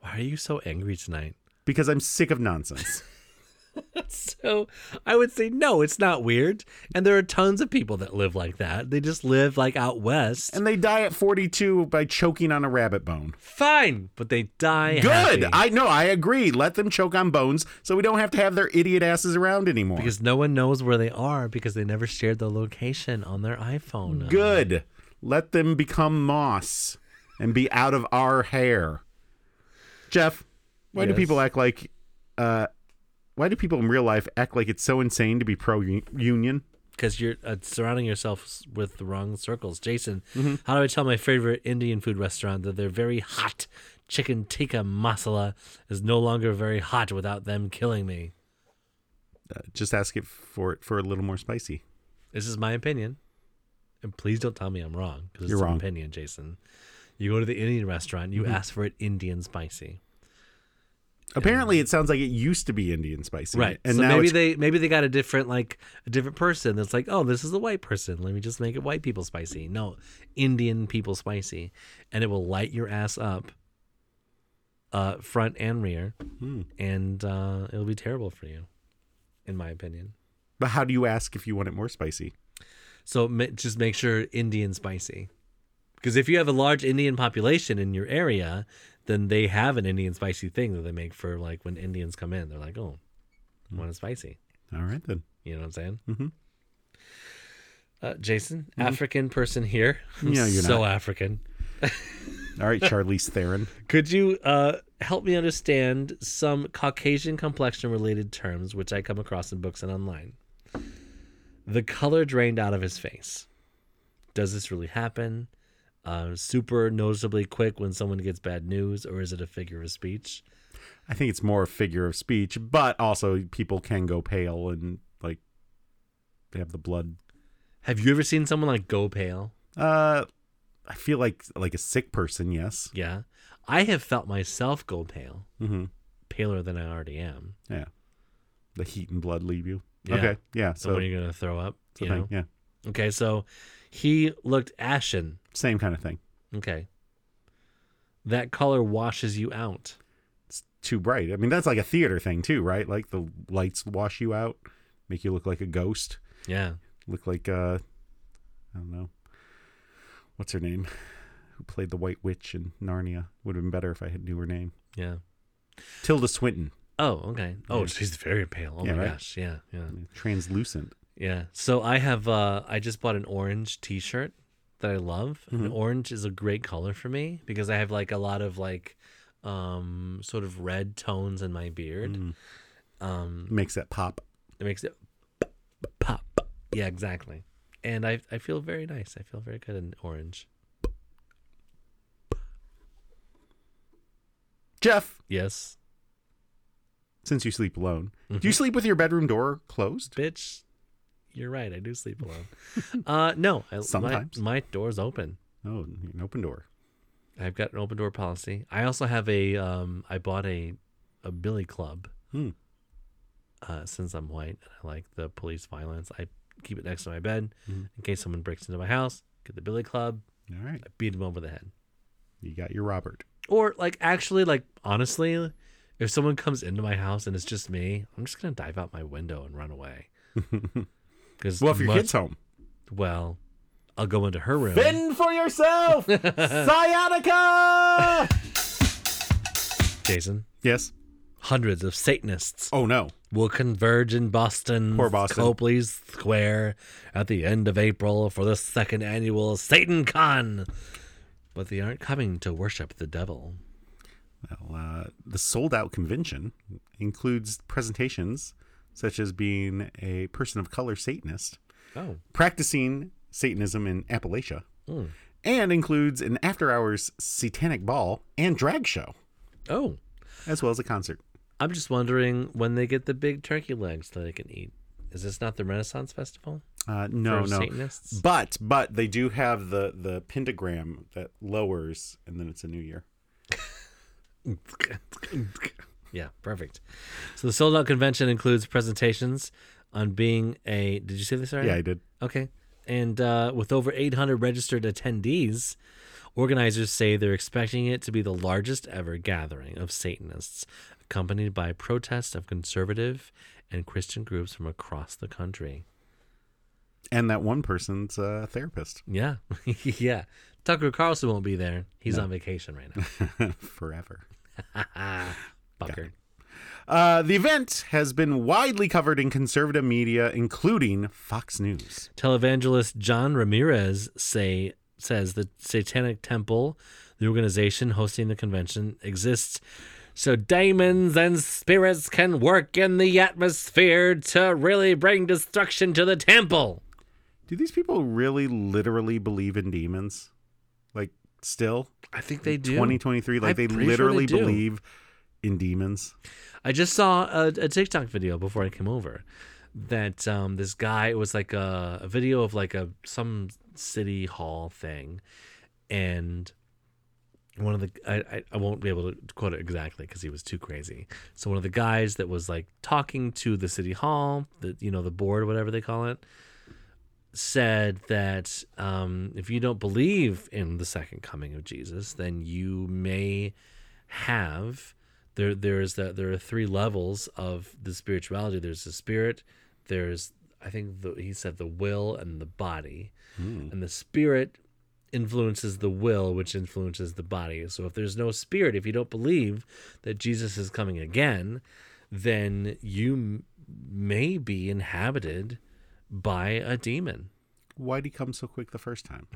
Speaker 2: Why are you so angry tonight?
Speaker 1: Because I'm sick of nonsense.
Speaker 2: (laughs) So I would say no, it's not weird. And there are tons of people that live like that. They just live like out west.
Speaker 1: and they die at 42 by choking on a rabbit bone.
Speaker 2: Fine, but they die.
Speaker 1: Good.
Speaker 2: happy.
Speaker 1: I know. I agree. Let them choke on bones so we don't have to have their idiot asses around anymore.
Speaker 2: because no one knows where they are because they never shared the location on their iPhone.
Speaker 1: Good. Let them become moss and be out of our hair. Jeff, why do
Speaker 2: Yes.
Speaker 1: people act like uh why do people in real life act like it's so insane to be pro u- union?
Speaker 2: Because you're uh, surrounding yourself s- with the wrong circles. Jason, how do I tell my favorite Indian food restaurant that their very hot chicken tikka masala is no longer very hot without them killing me?
Speaker 1: Uh, just ask it for it for a little more spicy.
Speaker 2: This is my opinion. And please don't tell me I'm wrong because
Speaker 1: You're
Speaker 2: it's
Speaker 1: wrong. Mm-hmm.
Speaker 2: an opinion, Jason. You go to the Indian restaurant, you ask for it Indian spicy.
Speaker 1: Apparently it sounds like it used to be Indian spicy.
Speaker 2: Right.
Speaker 1: And
Speaker 2: so
Speaker 1: now
Speaker 2: maybe
Speaker 1: it's
Speaker 2: they maybe they got a different like a different person that's like, "Oh, this is a white person. Let me just make it white people spicy." No, Indian people spicy. And it will light your ass up uh front and rear.
Speaker 1: Hmm.
Speaker 2: And uh it'll be terrible for you in my opinion.
Speaker 1: but how do you ask if you want it more spicy?
Speaker 2: So ma- just make sure Indian spicy. Because if you have a large Indian population in your area, then they have an Indian spicy thing that they make for like when Indians come in. They're like, oh, I want it spicy.
Speaker 1: All right then.
Speaker 2: You know what I'm saying?
Speaker 1: Mhm.
Speaker 2: Uh, Jason, African person here. (laughs)
Speaker 1: No, Mm-hmm. you're
Speaker 2: so
Speaker 1: not.
Speaker 2: African.
Speaker 1: All right, Charlize
Speaker 3: (laughs)
Speaker 1: Theron.
Speaker 2: Could you uh, help me understand some Caucasian complexion related terms which I come across in books and online? The color drained out of his face. Does this really happen? Uh, super noticeably quick when someone gets bad news, or is it a figure of speech?
Speaker 1: I think it's more a figure of speech, but also people can go pale and like they have the blood.
Speaker 2: Have you ever seen someone like go pale?
Speaker 1: Uh, I feel like like a sick person. Yes.
Speaker 2: Yeah. I have felt myself go pale,
Speaker 1: Mm-hmm.
Speaker 2: paler than I already am.
Speaker 1: Yeah. The heat and blood leave you.
Speaker 2: Yeah.
Speaker 1: Okay. Yeah. So
Speaker 2: So, when are you going to throw up?
Speaker 1: it's a
Speaker 2: You
Speaker 1: thing,
Speaker 2: know?
Speaker 1: yeah,
Speaker 2: Okay, so he looked ashen.
Speaker 1: same kind of thing.
Speaker 2: Okay. That color washes you out.
Speaker 1: It's too bright. I mean, that's like a theater thing too, right? Like the lights wash you out, make you look like a ghost,
Speaker 2: Yeah.
Speaker 1: look like uh, I don't know, what's her name, who played the White Witch in Narnia. Would have been better if I had knew her name.
Speaker 2: Yeah.
Speaker 1: Tilda Swinton.
Speaker 2: Oh, okay. Oh,
Speaker 1: Yeah.
Speaker 2: she's very pale. Oh
Speaker 1: Yeah,
Speaker 2: my
Speaker 1: right?
Speaker 2: gosh. Yeah. Yeah.
Speaker 1: translucent.
Speaker 2: Yeah. So I have uh I just bought an orange t-shirt that I love.
Speaker 1: Mm-hmm.
Speaker 2: And orange is a great color for me because I have like a lot of like um sort of red tones in my beard.
Speaker 1: Mm.
Speaker 2: Um
Speaker 1: Makes that pop.
Speaker 2: it makes it pop. Yeah, exactly. And I I feel very nice. I feel very good in orange.
Speaker 1: Jeff,
Speaker 2: Yes.
Speaker 1: since you sleep alone, do
Speaker 2: Mm-hmm.
Speaker 1: you sleep with your bedroom door closed?
Speaker 2: bitch you're right i do sleep alone (laughs) uh no I,
Speaker 1: Sometimes.
Speaker 2: my, my door's open
Speaker 1: No, Oh, an open door.
Speaker 2: i've got an open door policy i also have a um i bought a a billy club
Speaker 1: Hmm.
Speaker 2: uh since i'm white and i like the police violence i keep it next to my bed
Speaker 1: Hmm.
Speaker 2: in case someone breaks into my house get the billy club
Speaker 1: All right.
Speaker 2: i beat him over the head
Speaker 1: You got your Robert.
Speaker 2: or like actually like honestly if someone comes into my house and it's just me i'm just gonna dive out my window and run away
Speaker 1: (laughs)
Speaker 2: because
Speaker 1: Well, if your kid's home.
Speaker 2: well i'll go into her room
Speaker 1: for
Speaker 2: (laughs)
Speaker 1: yourself! Sciatica!
Speaker 2: Jason,
Speaker 1: yes.
Speaker 2: hundreds of Satanists
Speaker 1: Oh, no.
Speaker 2: will converge in Boston,
Speaker 1: Poor Boston.
Speaker 2: Copley's Square, at the end of April for the second annual Satan Con. But they aren't coming to worship the devil.
Speaker 1: Well, uh, the sold out convention includes presentations such as being a person of color Satanist,
Speaker 2: Oh,
Speaker 1: practicing Satanism in Appalachia,
Speaker 2: Hmm.
Speaker 1: and includes an after hours satanic ball and drag show.
Speaker 2: oh,
Speaker 3: as well as a concert.
Speaker 2: I'm just wondering when they get the big turkey legs that I can eat. Is this not the Renaissance Festival?
Speaker 3: Uh, no,
Speaker 2: For
Speaker 3: no.
Speaker 2: Satanists?
Speaker 1: But but they do have the the pentagram that lowers and then it's a new year.
Speaker 2: (laughs) yeah, perfect. So the sold out convention includes presentations on being a. Did you say this already?
Speaker 1: Yeah, I did.
Speaker 2: Okay. And uh, with over 800 registered attendees, organizers say they're expecting it to be the largest ever gathering of Satanists, accompanied by protests of conservative and Christian groups from across the country.
Speaker 3: And that one person's uh,
Speaker 1: (laughs)
Speaker 3: therapist
Speaker 2: Yeah. (laughs) yeah. Tucker Carlson won't be there. He's on vacation right now.
Speaker 3: forever.
Speaker 2: (laughs)
Speaker 1: (laughs)
Speaker 2: Fucker.
Speaker 3: Uh, the event has been widely covered in conservative media, including Fox News.
Speaker 2: Televangelist John Ramirez say says the Satanic Temple, the organization hosting the convention, exists so demons and spirits can work in the atmosphere to really bring destruction to the temple.
Speaker 3: Do these people really literally believe in demons? Like, still?
Speaker 2: I think they do.
Speaker 3: 2023? Like,
Speaker 2: I'm
Speaker 3: they
Speaker 2: pretty sure
Speaker 3: literally
Speaker 2: they do.
Speaker 3: believe in demons?
Speaker 2: I just saw a, a TikTok video before I came over that um, this guy it was like a, a video of like a some city hall thing, and one of the I, I, I won't be able to quote it exactly because he was too crazy. So one of the guys that was like talking to the city hall, the you know the board, whatever they call it, said that um, if you don't believe in the second coming of Jesus, then you may have there there is that there are three levels of the spirituality there's the spirit there's i think the, he said the will and the body and the spirit influences the will which influences the body so if there's no spirit if you don't believe that jesus is coming again then you m- may be inhabited by a demon
Speaker 3: Why'd he come so quick the first time?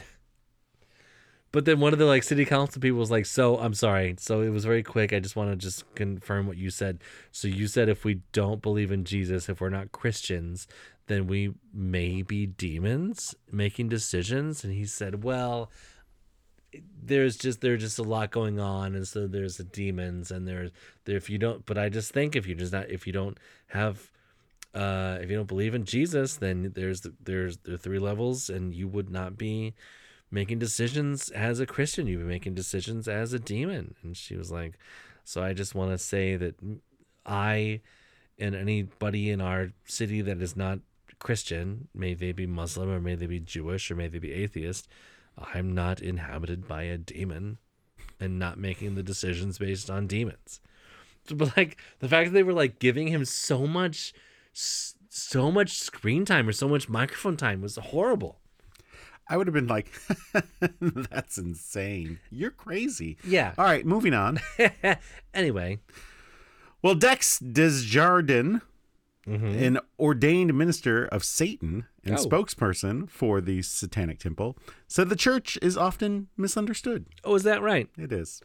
Speaker 2: But then one of the like city council people was like, "So I'm sorry. So it was very quick. I just want to just confirm what you said. So you said if we don't believe in Jesus, if we're not Christians, then we may be demons making decisions." And he said, "Well, there's just there's just a lot going on, and so there's the demons, and there's there if you don't. But I just think if you just not if you don't have uh, if you don't believe in Jesus, then there's the, there's the three levels, and you would not be making decisions as a Christian. You'd be making decisions as a demon. And she was like, "So I just want to say that I and anybody in our city that is not Christian, may they be Muslim or may they be Jewish or may they be atheist, I'm not inhabited by a demon, and not making the decisions based on demons." (laughs) but like the fact that they were like giving him so much s- so much screen time or so much microphone time was horrible
Speaker 3: I would have been like, (laughs) that's insane. You're crazy.
Speaker 2: Yeah.
Speaker 3: All right, moving on.
Speaker 2: (laughs) anyway
Speaker 3: Well, Dex Desjardins, an ordained minister of Satan and
Speaker 2: Mm-hmm. Oh.
Speaker 3: spokesperson for the Satanic Temple, said the church is often misunderstood.
Speaker 2: oh is that right
Speaker 3: It is.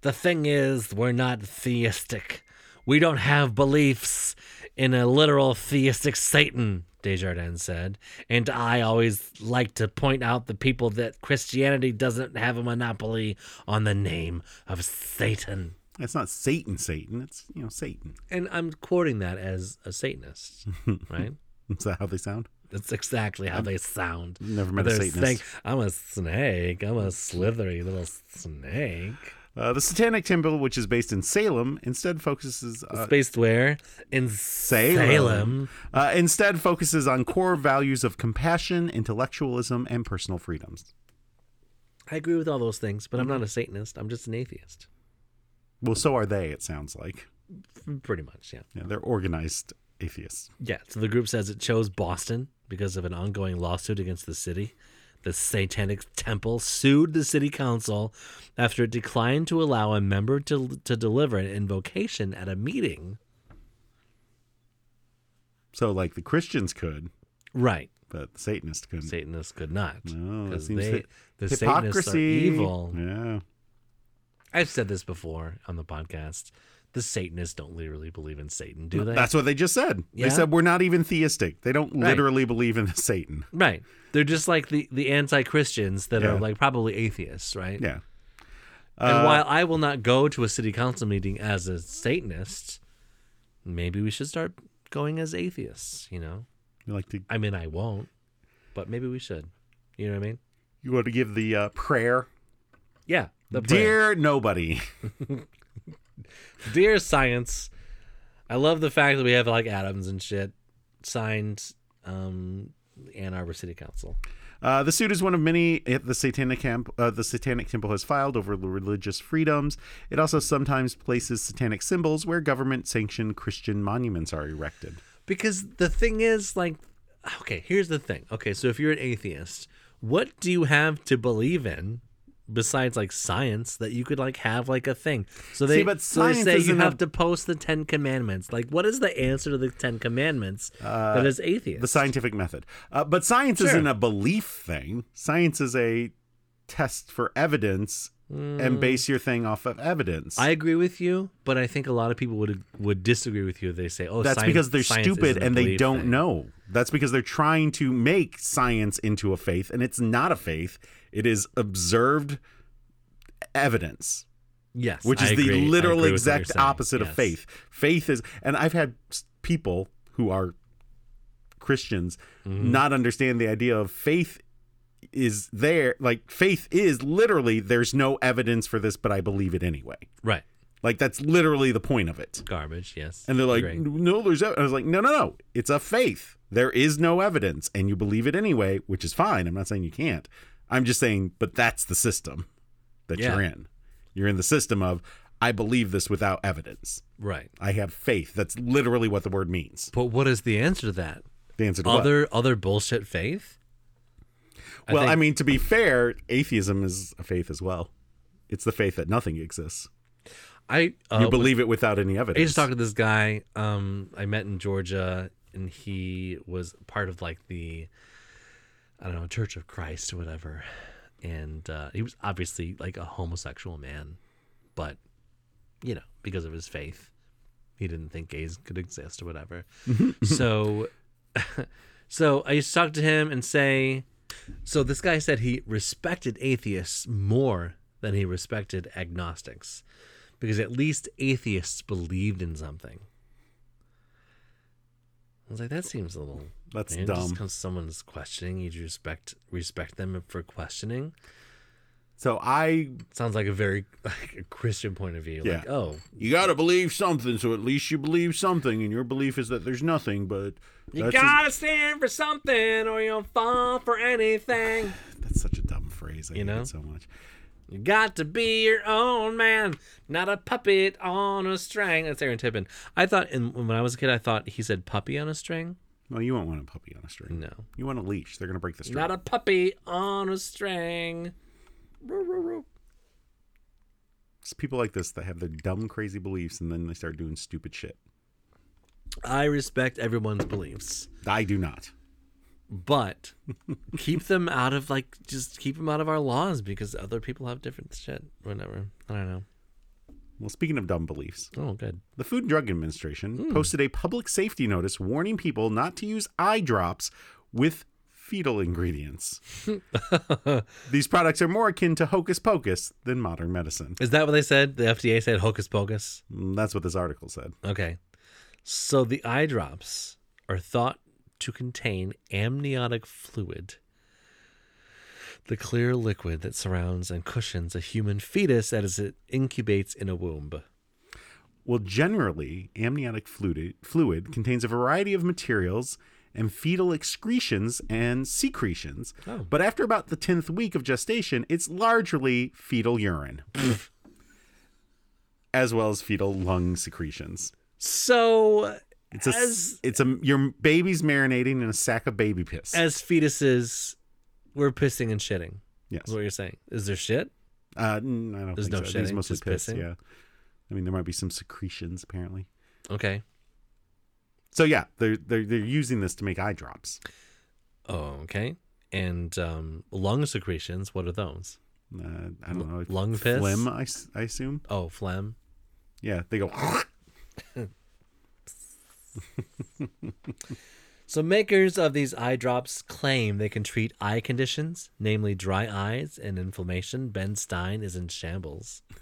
Speaker 2: the thing is we're not theistic we don't have beliefs in a literal theistic satan desjardins said and i always like to point out the people that christianity doesn't have a monopoly on the name of satan
Speaker 3: It's not Satan, Satan. It's, you know, Satan. (laughs)
Speaker 2: and i'm quoting that as a (laughs) satanist right
Speaker 3: Is that how they sound?
Speaker 2: That's exactly how they sound.
Speaker 3: never met a
Speaker 2: They're
Speaker 3: Satanist.
Speaker 2: saying, I'm a snake. I'm a slithery little snake.
Speaker 3: Uh, the Satanic Temple, which is based in Salem, instead focuses uh,
Speaker 2: Spaced where? In Salem.
Speaker 3: Uh, instead focuses on core values of compassion, intellectualism, and personal freedoms.
Speaker 2: I agree with all those things, but I'm not a Satanist. I'm just an atheist.
Speaker 3: Well, so are they. It sounds like
Speaker 2: Pretty much, yeah.
Speaker 3: yeah, they're organized atheists.
Speaker 2: Yeah, so the group says it chose Boston because of an ongoing lawsuit against the city. The Satanic Temple sued the city council after it declined to allow a member to, to deliver an invocation at a meeting.
Speaker 3: So, like the Christians could,
Speaker 2: Right.
Speaker 3: but the Satanists couldn't.
Speaker 2: Mm-hmm. Satanists could not.
Speaker 3: No, that
Speaker 2: 'cause
Speaker 3: seems
Speaker 2: they,
Speaker 3: hy-
Speaker 2: the Satanists are
Speaker 3: hypocrisy.
Speaker 2: evil.
Speaker 3: Yeah,
Speaker 2: I've said this before on the podcast. The Satanists don't literally believe in Satan, do they?
Speaker 3: that's what they just said.
Speaker 2: Yeah?
Speaker 3: They said we're not even theistic. They don't
Speaker 2: Right.
Speaker 3: literally believe in Satan.
Speaker 2: right. They're just like the, the anti Christians that
Speaker 3: Yeah. Uh,
Speaker 2: are like probably atheists, right?
Speaker 3: Yeah.
Speaker 2: and while I will not go to a city council meeting as a Satanist, maybe we should start going as atheists, you know?
Speaker 3: You like to
Speaker 2: I mean, I won't, but maybe we should. You know what I mean?
Speaker 3: you want to give the uh, prayer,
Speaker 2: Yeah. The prayer.
Speaker 3: dear nobody.
Speaker 2: Dear science, I love the fact that we have like atoms and shit signed um, Ann Arbor City Council.
Speaker 3: Uh, the suit is one of many at the Satanic camp. Uh, the Satanic Temple has filed over the religious freedoms. It also sometimes places satanic symbols where government-sanctioned Christian monuments are erected.
Speaker 2: Because the thing is, like, okay, here's the thing. Okay, so if you're an atheist, what do you have to believe in besides like science that you could like have like a thing? So they,
Speaker 3: See, but
Speaker 2: so they
Speaker 3: science
Speaker 2: say you
Speaker 3: isn't a-
Speaker 2: have to post the Ten Commandments. Like, what is the answer to the Ten Commandments that is atheist?
Speaker 3: Uh, The scientific method, uh, but science isn't a belief thing. Science is a test for evidence, and base your thing off of evidence.
Speaker 2: Hmm. I agree with you, but I think a lot of people would would disagree with you if they say, "Oh,
Speaker 3: That's
Speaker 2: science-
Speaker 3: because they're
Speaker 2: science
Speaker 3: stupid
Speaker 2: isn't a
Speaker 3: and they
Speaker 2: belief
Speaker 3: don't
Speaker 2: thing."
Speaker 3: know. That's because they're trying to make science into a faith, and it's not a faith. It is observed evidence,
Speaker 2: Yes,
Speaker 3: which
Speaker 2: I
Speaker 3: is
Speaker 2: agree. I
Speaker 3: the literal
Speaker 2: agree with what you're
Speaker 3: exact
Speaker 2: saying.
Speaker 3: opposite of
Speaker 2: Yes.
Speaker 3: faith. Faith is, and I've had s- people who are Christians not understand the idea of faith is there. Like, faith is literally, there's no evidence for this, but I believe it anyway.
Speaker 2: Right,
Speaker 3: Like, that's literally the point of it.
Speaker 2: garbage. Yes,
Speaker 3: And they're like,
Speaker 2: Agree.
Speaker 3: no, there's. ev-" I was like, no, no, no. It's a faith. There is no evidence, and you believe it anyway, which is fine. I'm not saying you can't. I'm just saying, but that's the system that
Speaker 2: Yeah.
Speaker 3: you're in. You're in the system of, I believe this without evidence.
Speaker 2: right.
Speaker 3: I have faith. That's literally what the word means.
Speaker 2: But what is the answer to that?
Speaker 3: The answer to what?
Speaker 2: Other other bullshit faith.
Speaker 3: well, I
Speaker 2: think-
Speaker 3: mean, to be fair, atheism is a faith as well. It's the faith that nothing exists.
Speaker 2: I uh,
Speaker 3: You believe it without any evidence.
Speaker 2: I just talked to this guy um, I met in Georgia, and he was part of like the, I don't know, Church of Christ or whatever. And uh, he was obviously like a homosexual man, but, you know, because of his faith, he didn't think gays could exist or whatever.
Speaker 3: Mm-hmm.
Speaker 2: so, (laughs) so I just talked to him and say, so this guy said he respected atheists more than he respected agnostics because at least atheists believed in something. I was like, that seems a little
Speaker 3: That's
Speaker 2: man,
Speaker 3: dumb.
Speaker 2: Just 'cause someone's questioning, you just respect respect them for questioning.
Speaker 3: so I
Speaker 2: Sounds like a very (laughs) like a Christian point of view. Like,
Speaker 3: Yeah.
Speaker 2: oh,
Speaker 9: You got to believe something, so at least you believe something, and your belief is that there's nothing, but
Speaker 2: you
Speaker 9: that's
Speaker 2: gotta stand for something, or you'll fall for anything.
Speaker 3: that's such a dumb phrase. I
Speaker 2: You
Speaker 3: hate
Speaker 2: know?
Speaker 3: it so much.
Speaker 2: You got to be your own man, not a puppet on a string. That's Aaron Tippin. I thought, in, when I was a kid, I thought he said puppy on a string.
Speaker 3: Well, you won't want a puppy on a string.
Speaker 2: No.
Speaker 3: You want a leash. They're going to break the string.
Speaker 2: Not a puppy on a string. Roo, roo, roo.
Speaker 3: It's people like this that have their dumb, crazy beliefs and then they start doing stupid shit.
Speaker 2: I respect everyone's beliefs,
Speaker 3: I do not.
Speaker 2: but keep them out of like just keep them out of our laws because other people have different shit. Whatever. I don't know.
Speaker 3: Well, speaking of dumb beliefs,
Speaker 2: Oh, good.
Speaker 3: the Food and Drug Administration posted a public safety notice warning people not to use eye drops with fetal ingredients. These products are more akin to hocus pocus than modern medicine.
Speaker 2: Is that what they said? The FDA said hocus pocus.
Speaker 3: Mm, That's what this article said.
Speaker 2: Okay. So the eye drops are thought to contain amniotic fluid, the clear liquid that surrounds and cushions a human fetus as it incubates in a womb.
Speaker 3: Well, generally, amniotic fluid, fluid contains a variety of materials and fetal excretions and secretions.
Speaker 2: Oh.
Speaker 3: But after about the 10th week of gestation, it's largely fetal urine, as well as fetal lung secretions.
Speaker 2: So
Speaker 3: It's a, s-
Speaker 2: As-
Speaker 3: it's a your baby's marinating in a sack of baby piss.
Speaker 2: as fetuses, we're pissing and shitting.
Speaker 3: yes.
Speaker 2: Is what you're saying? Is there shit?
Speaker 3: Uh, n- I don't
Speaker 2: There's
Speaker 3: think
Speaker 2: no
Speaker 3: so. I think it's
Speaker 2: shedding,
Speaker 3: mostly
Speaker 2: just
Speaker 3: piss.
Speaker 2: pissing?
Speaker 3: Yeah. I mean, there might be some secretions apparently.
Speaker 2: Okay.
Speaker 3: So yeah, they're they're they're using this to make eye drops.
Speaker 2: Oh, okay. And um, lung secretions. What are those?
Speaker 3: Uh, I don't know. like
Speaker 2: lung piss?
Speaker 3: phlegm, I, s- I assume.
Speaker 2: Oh, phlegm.
Speaker 3: Yeah, they go.
Speaker 2: So, makers of these eye drops claim they can treat eye conditions, namely dry eyes and inflammation. Ben Stein is in shambles.
Speaker 3: (laughs)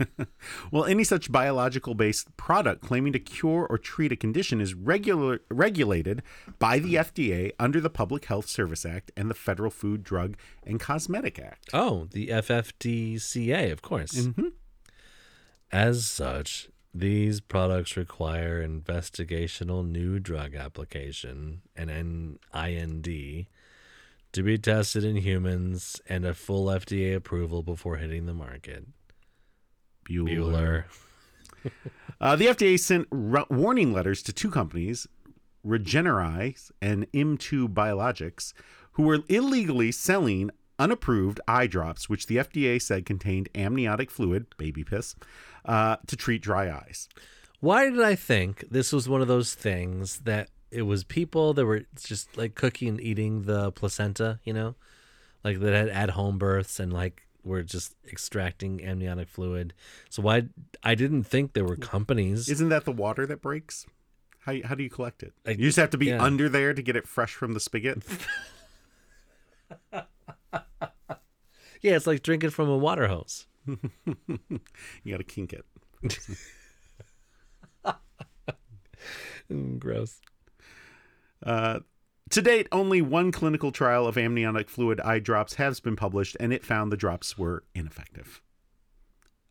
Speaker 3: Well, any such biological based product claiming to cure or treat a condition is regular, regulated by
Speaker 2: Hmm.
Speaker 3: the FDA under the Public Health Service Act and the Federal Food, Drug, and Cosmetic Act.
Speaker 2: Oh, the FFDCA, of course. As such, these products require investigational new drug application, an N- IND, to be tested in humans and a full FDA approval before hitting the market. Bueller.
Speaker 3: Uh, the FDA sent r- warning letters to two companies, Regenerize and M2 Biologics, who were illegally selling unapproved eye drops, which the FDA said contained amniotic fluid, baby piss, uh, to treat dry eyes.
Speaker 2: Why did I think this was one of those things that it was people that were just like cooking and eating the placenta, you know, like that had at home births and like were just extracting amniotic fluid. So why I didn't think there were companies.
Speaker 3: Isn't that the water that breaks? How, how do you collect it?
Speaker 2: I-
Speaker 3: you just have to be
Speaker 2: yeah.
Speaker 3: under there to get it fresh from
Speaker 2: (laughs)
Speaker 3: the spigot.
Speaker 2: yeah, it's like drinking from a water hose.
Speaker 3: You got to kink it.
Speaker 2: Mm, Gross.
Speaker 3: Uh, to date, only one clinical trial of amniotic fluid eye drops has been published, and it found the drops were ineffective.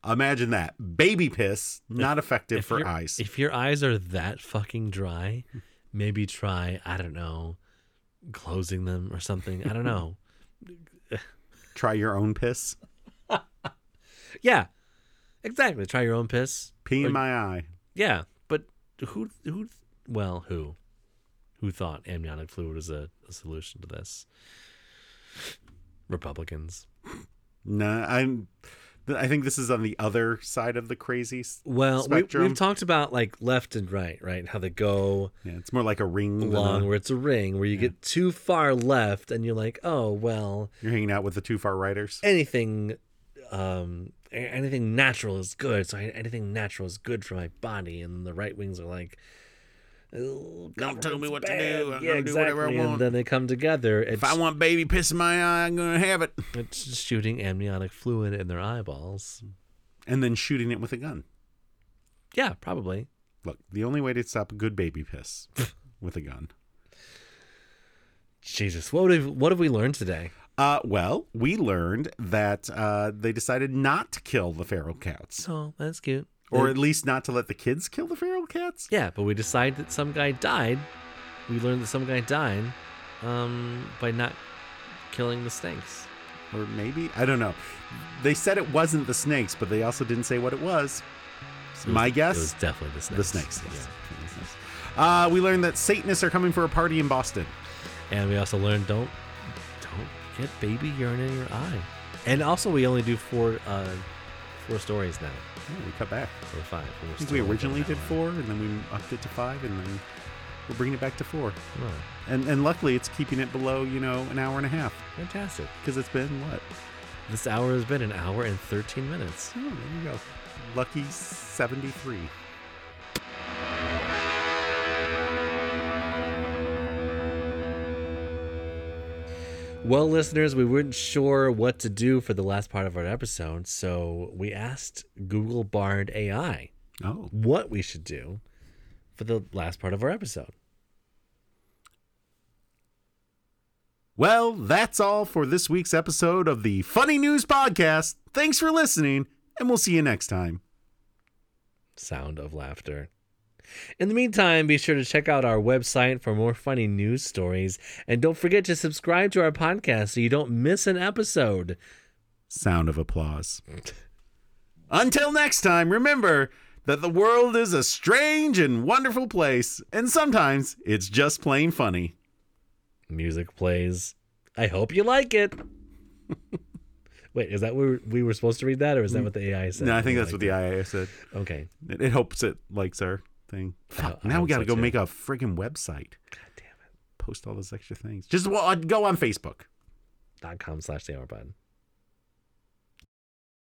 Speaker 3: Imagine that. Baby piss, not effective for
Speaker 2: your-
Speaker 3: eyes.
Speaker 2: If your eyes are that fucking dry, maybe try, I don't know, closing them or something. I don't (laughs) know.
Speaker 3: Try your own piss.
Speaker 2: Yeah. Exactly. Try your own piss.
Speaker 3: Pee in my eye.
Speaker 2: Yeah, but who who well who who thought amniotic fluid was a, a solution to this? Republicans.
Speaker 3: No, I'm. th- I think this is on the other side of the crazy. s-
Speaker 2: Well, we,
Speaker 3: Spectrum.
Speaker 2: we've talked about like left and right, right? How they go
Speaker 3: Yeah, it's more like a ring. than a-
Speaker 2: long, where it's a ring, where you get too far left, and you're like, oh well,
Speaker 3: you're hanging out with the two far riders.
Speaker 2: anything, um, a- anything natural is good. So I- anything natural is good for my body, and the right wings are like, "Oh,
Speaker 3: Don't tell me
Speaker 2: government's
Speaker 3: what to
Speaker 2: bad."
Speaker 3: do. I'm
Speaker 2: yeah,
Speaker 3: gonna do whatever I
Speaker 2: exactly.
Speaker 3: want.
Speaker 2: And then they come together.
Speaker 3: If I want baby piss in my eye, I'm gonna have it.
Speaker 2: It's just shooting amniotic fluid in their eyeballs.
Speaker 3: And then shooting it with a gun.
Speaker 2: Yeah, probably.
Speaker 3: Look, the only way to stop a good baby piss (laughs) with a gun.
Speaker 2: Jesus, what have what have we learned today?
Speaker 3: Uh, well, we learned that uh, they decided not to kill the feral cats,
Speaker 2: So that's cute.
Speaker 3: or at least not to let the kids kill the feral cats.
Speaker 2: Yeah, but we decide that some guy died. We learned that some guy died um, by not killing the snakes.
Speaker 3: Or maybe I don't know. They said it wasn't the snakes, but they also didn't say what it was.
Speaker 2: It was-
Speaker 3: My guess,
Speaker 2: it was definitely the
Speaker 3: the
Speaker 2: snakes.
Speaker 3: snakes. yes. Uh, we learned that Satanists are coming for a party in Boston.
Speaker 2: And we also learned don't don't get baby urine in your eye. And also, we only do four uh, four stories now,
Speaker 3: Oh, we cut back.
Speaker 2: or five.
Speaker 3: I think we originally did four, and then we upped it to five, and then we're bringing it back to four.
Speaker 2: Oh,
Speaker 3: And and luckily, it's keeping it below you know an hour and a half
Speaker 2: fantastic.
Speaker 3: because it's been what
Speaker 2: This hour has been an hour and 13 minutes.
Speaker 3: Oh, there you go. Lucky 73.
Speaker 2: Well, listeners, we weren't sure what to do for the last part of our episode, so we asked Google Bard AI
Speaker 3: Oh.
Speaker 2: what we should do for the last part of our episode.
Speaker 3: Well, that's all for this week's episode of the Funny News Podcast. Thanks for listening, and we'll see you next time.
Speaker 2: Sound of laughter. In the meantime, be sure to check out our website for more funny news stories, and don't forget to subscribe to our podcast so you don't miss an episode. (laughs)
Speaker 3: Sound of applause. Until next time, remember that the world is a strange and wonderful place, and sometimes it's just plain funny.
Speaker 2: Music plays. I hope you like
Speaker 3: (laughs)
Speaker 2: it. Wait, is that where we were supposed to read that, or is that what the AI said?
Speaker 3: Mm. No, I think that's
Speaker 2: Like-
Speaker 3: what the IA said.
Speaker 2: Okay.
Speaker 3: It, it hopes it likes our thing. Fuck,
Speaker 2: I
Speaker 3: now we
Speaker 2: hope
Speaker 3: got to
Speaker 2: so,
Speaker 3: go
Speaker 2: too.
Speaker 3: make a friggin' website.
Speaker 2: God damn it.
Speaker 3: post all those extra things. Just wa- uh, go on Facebook.
Speaker 2: Dot com slash the hour button.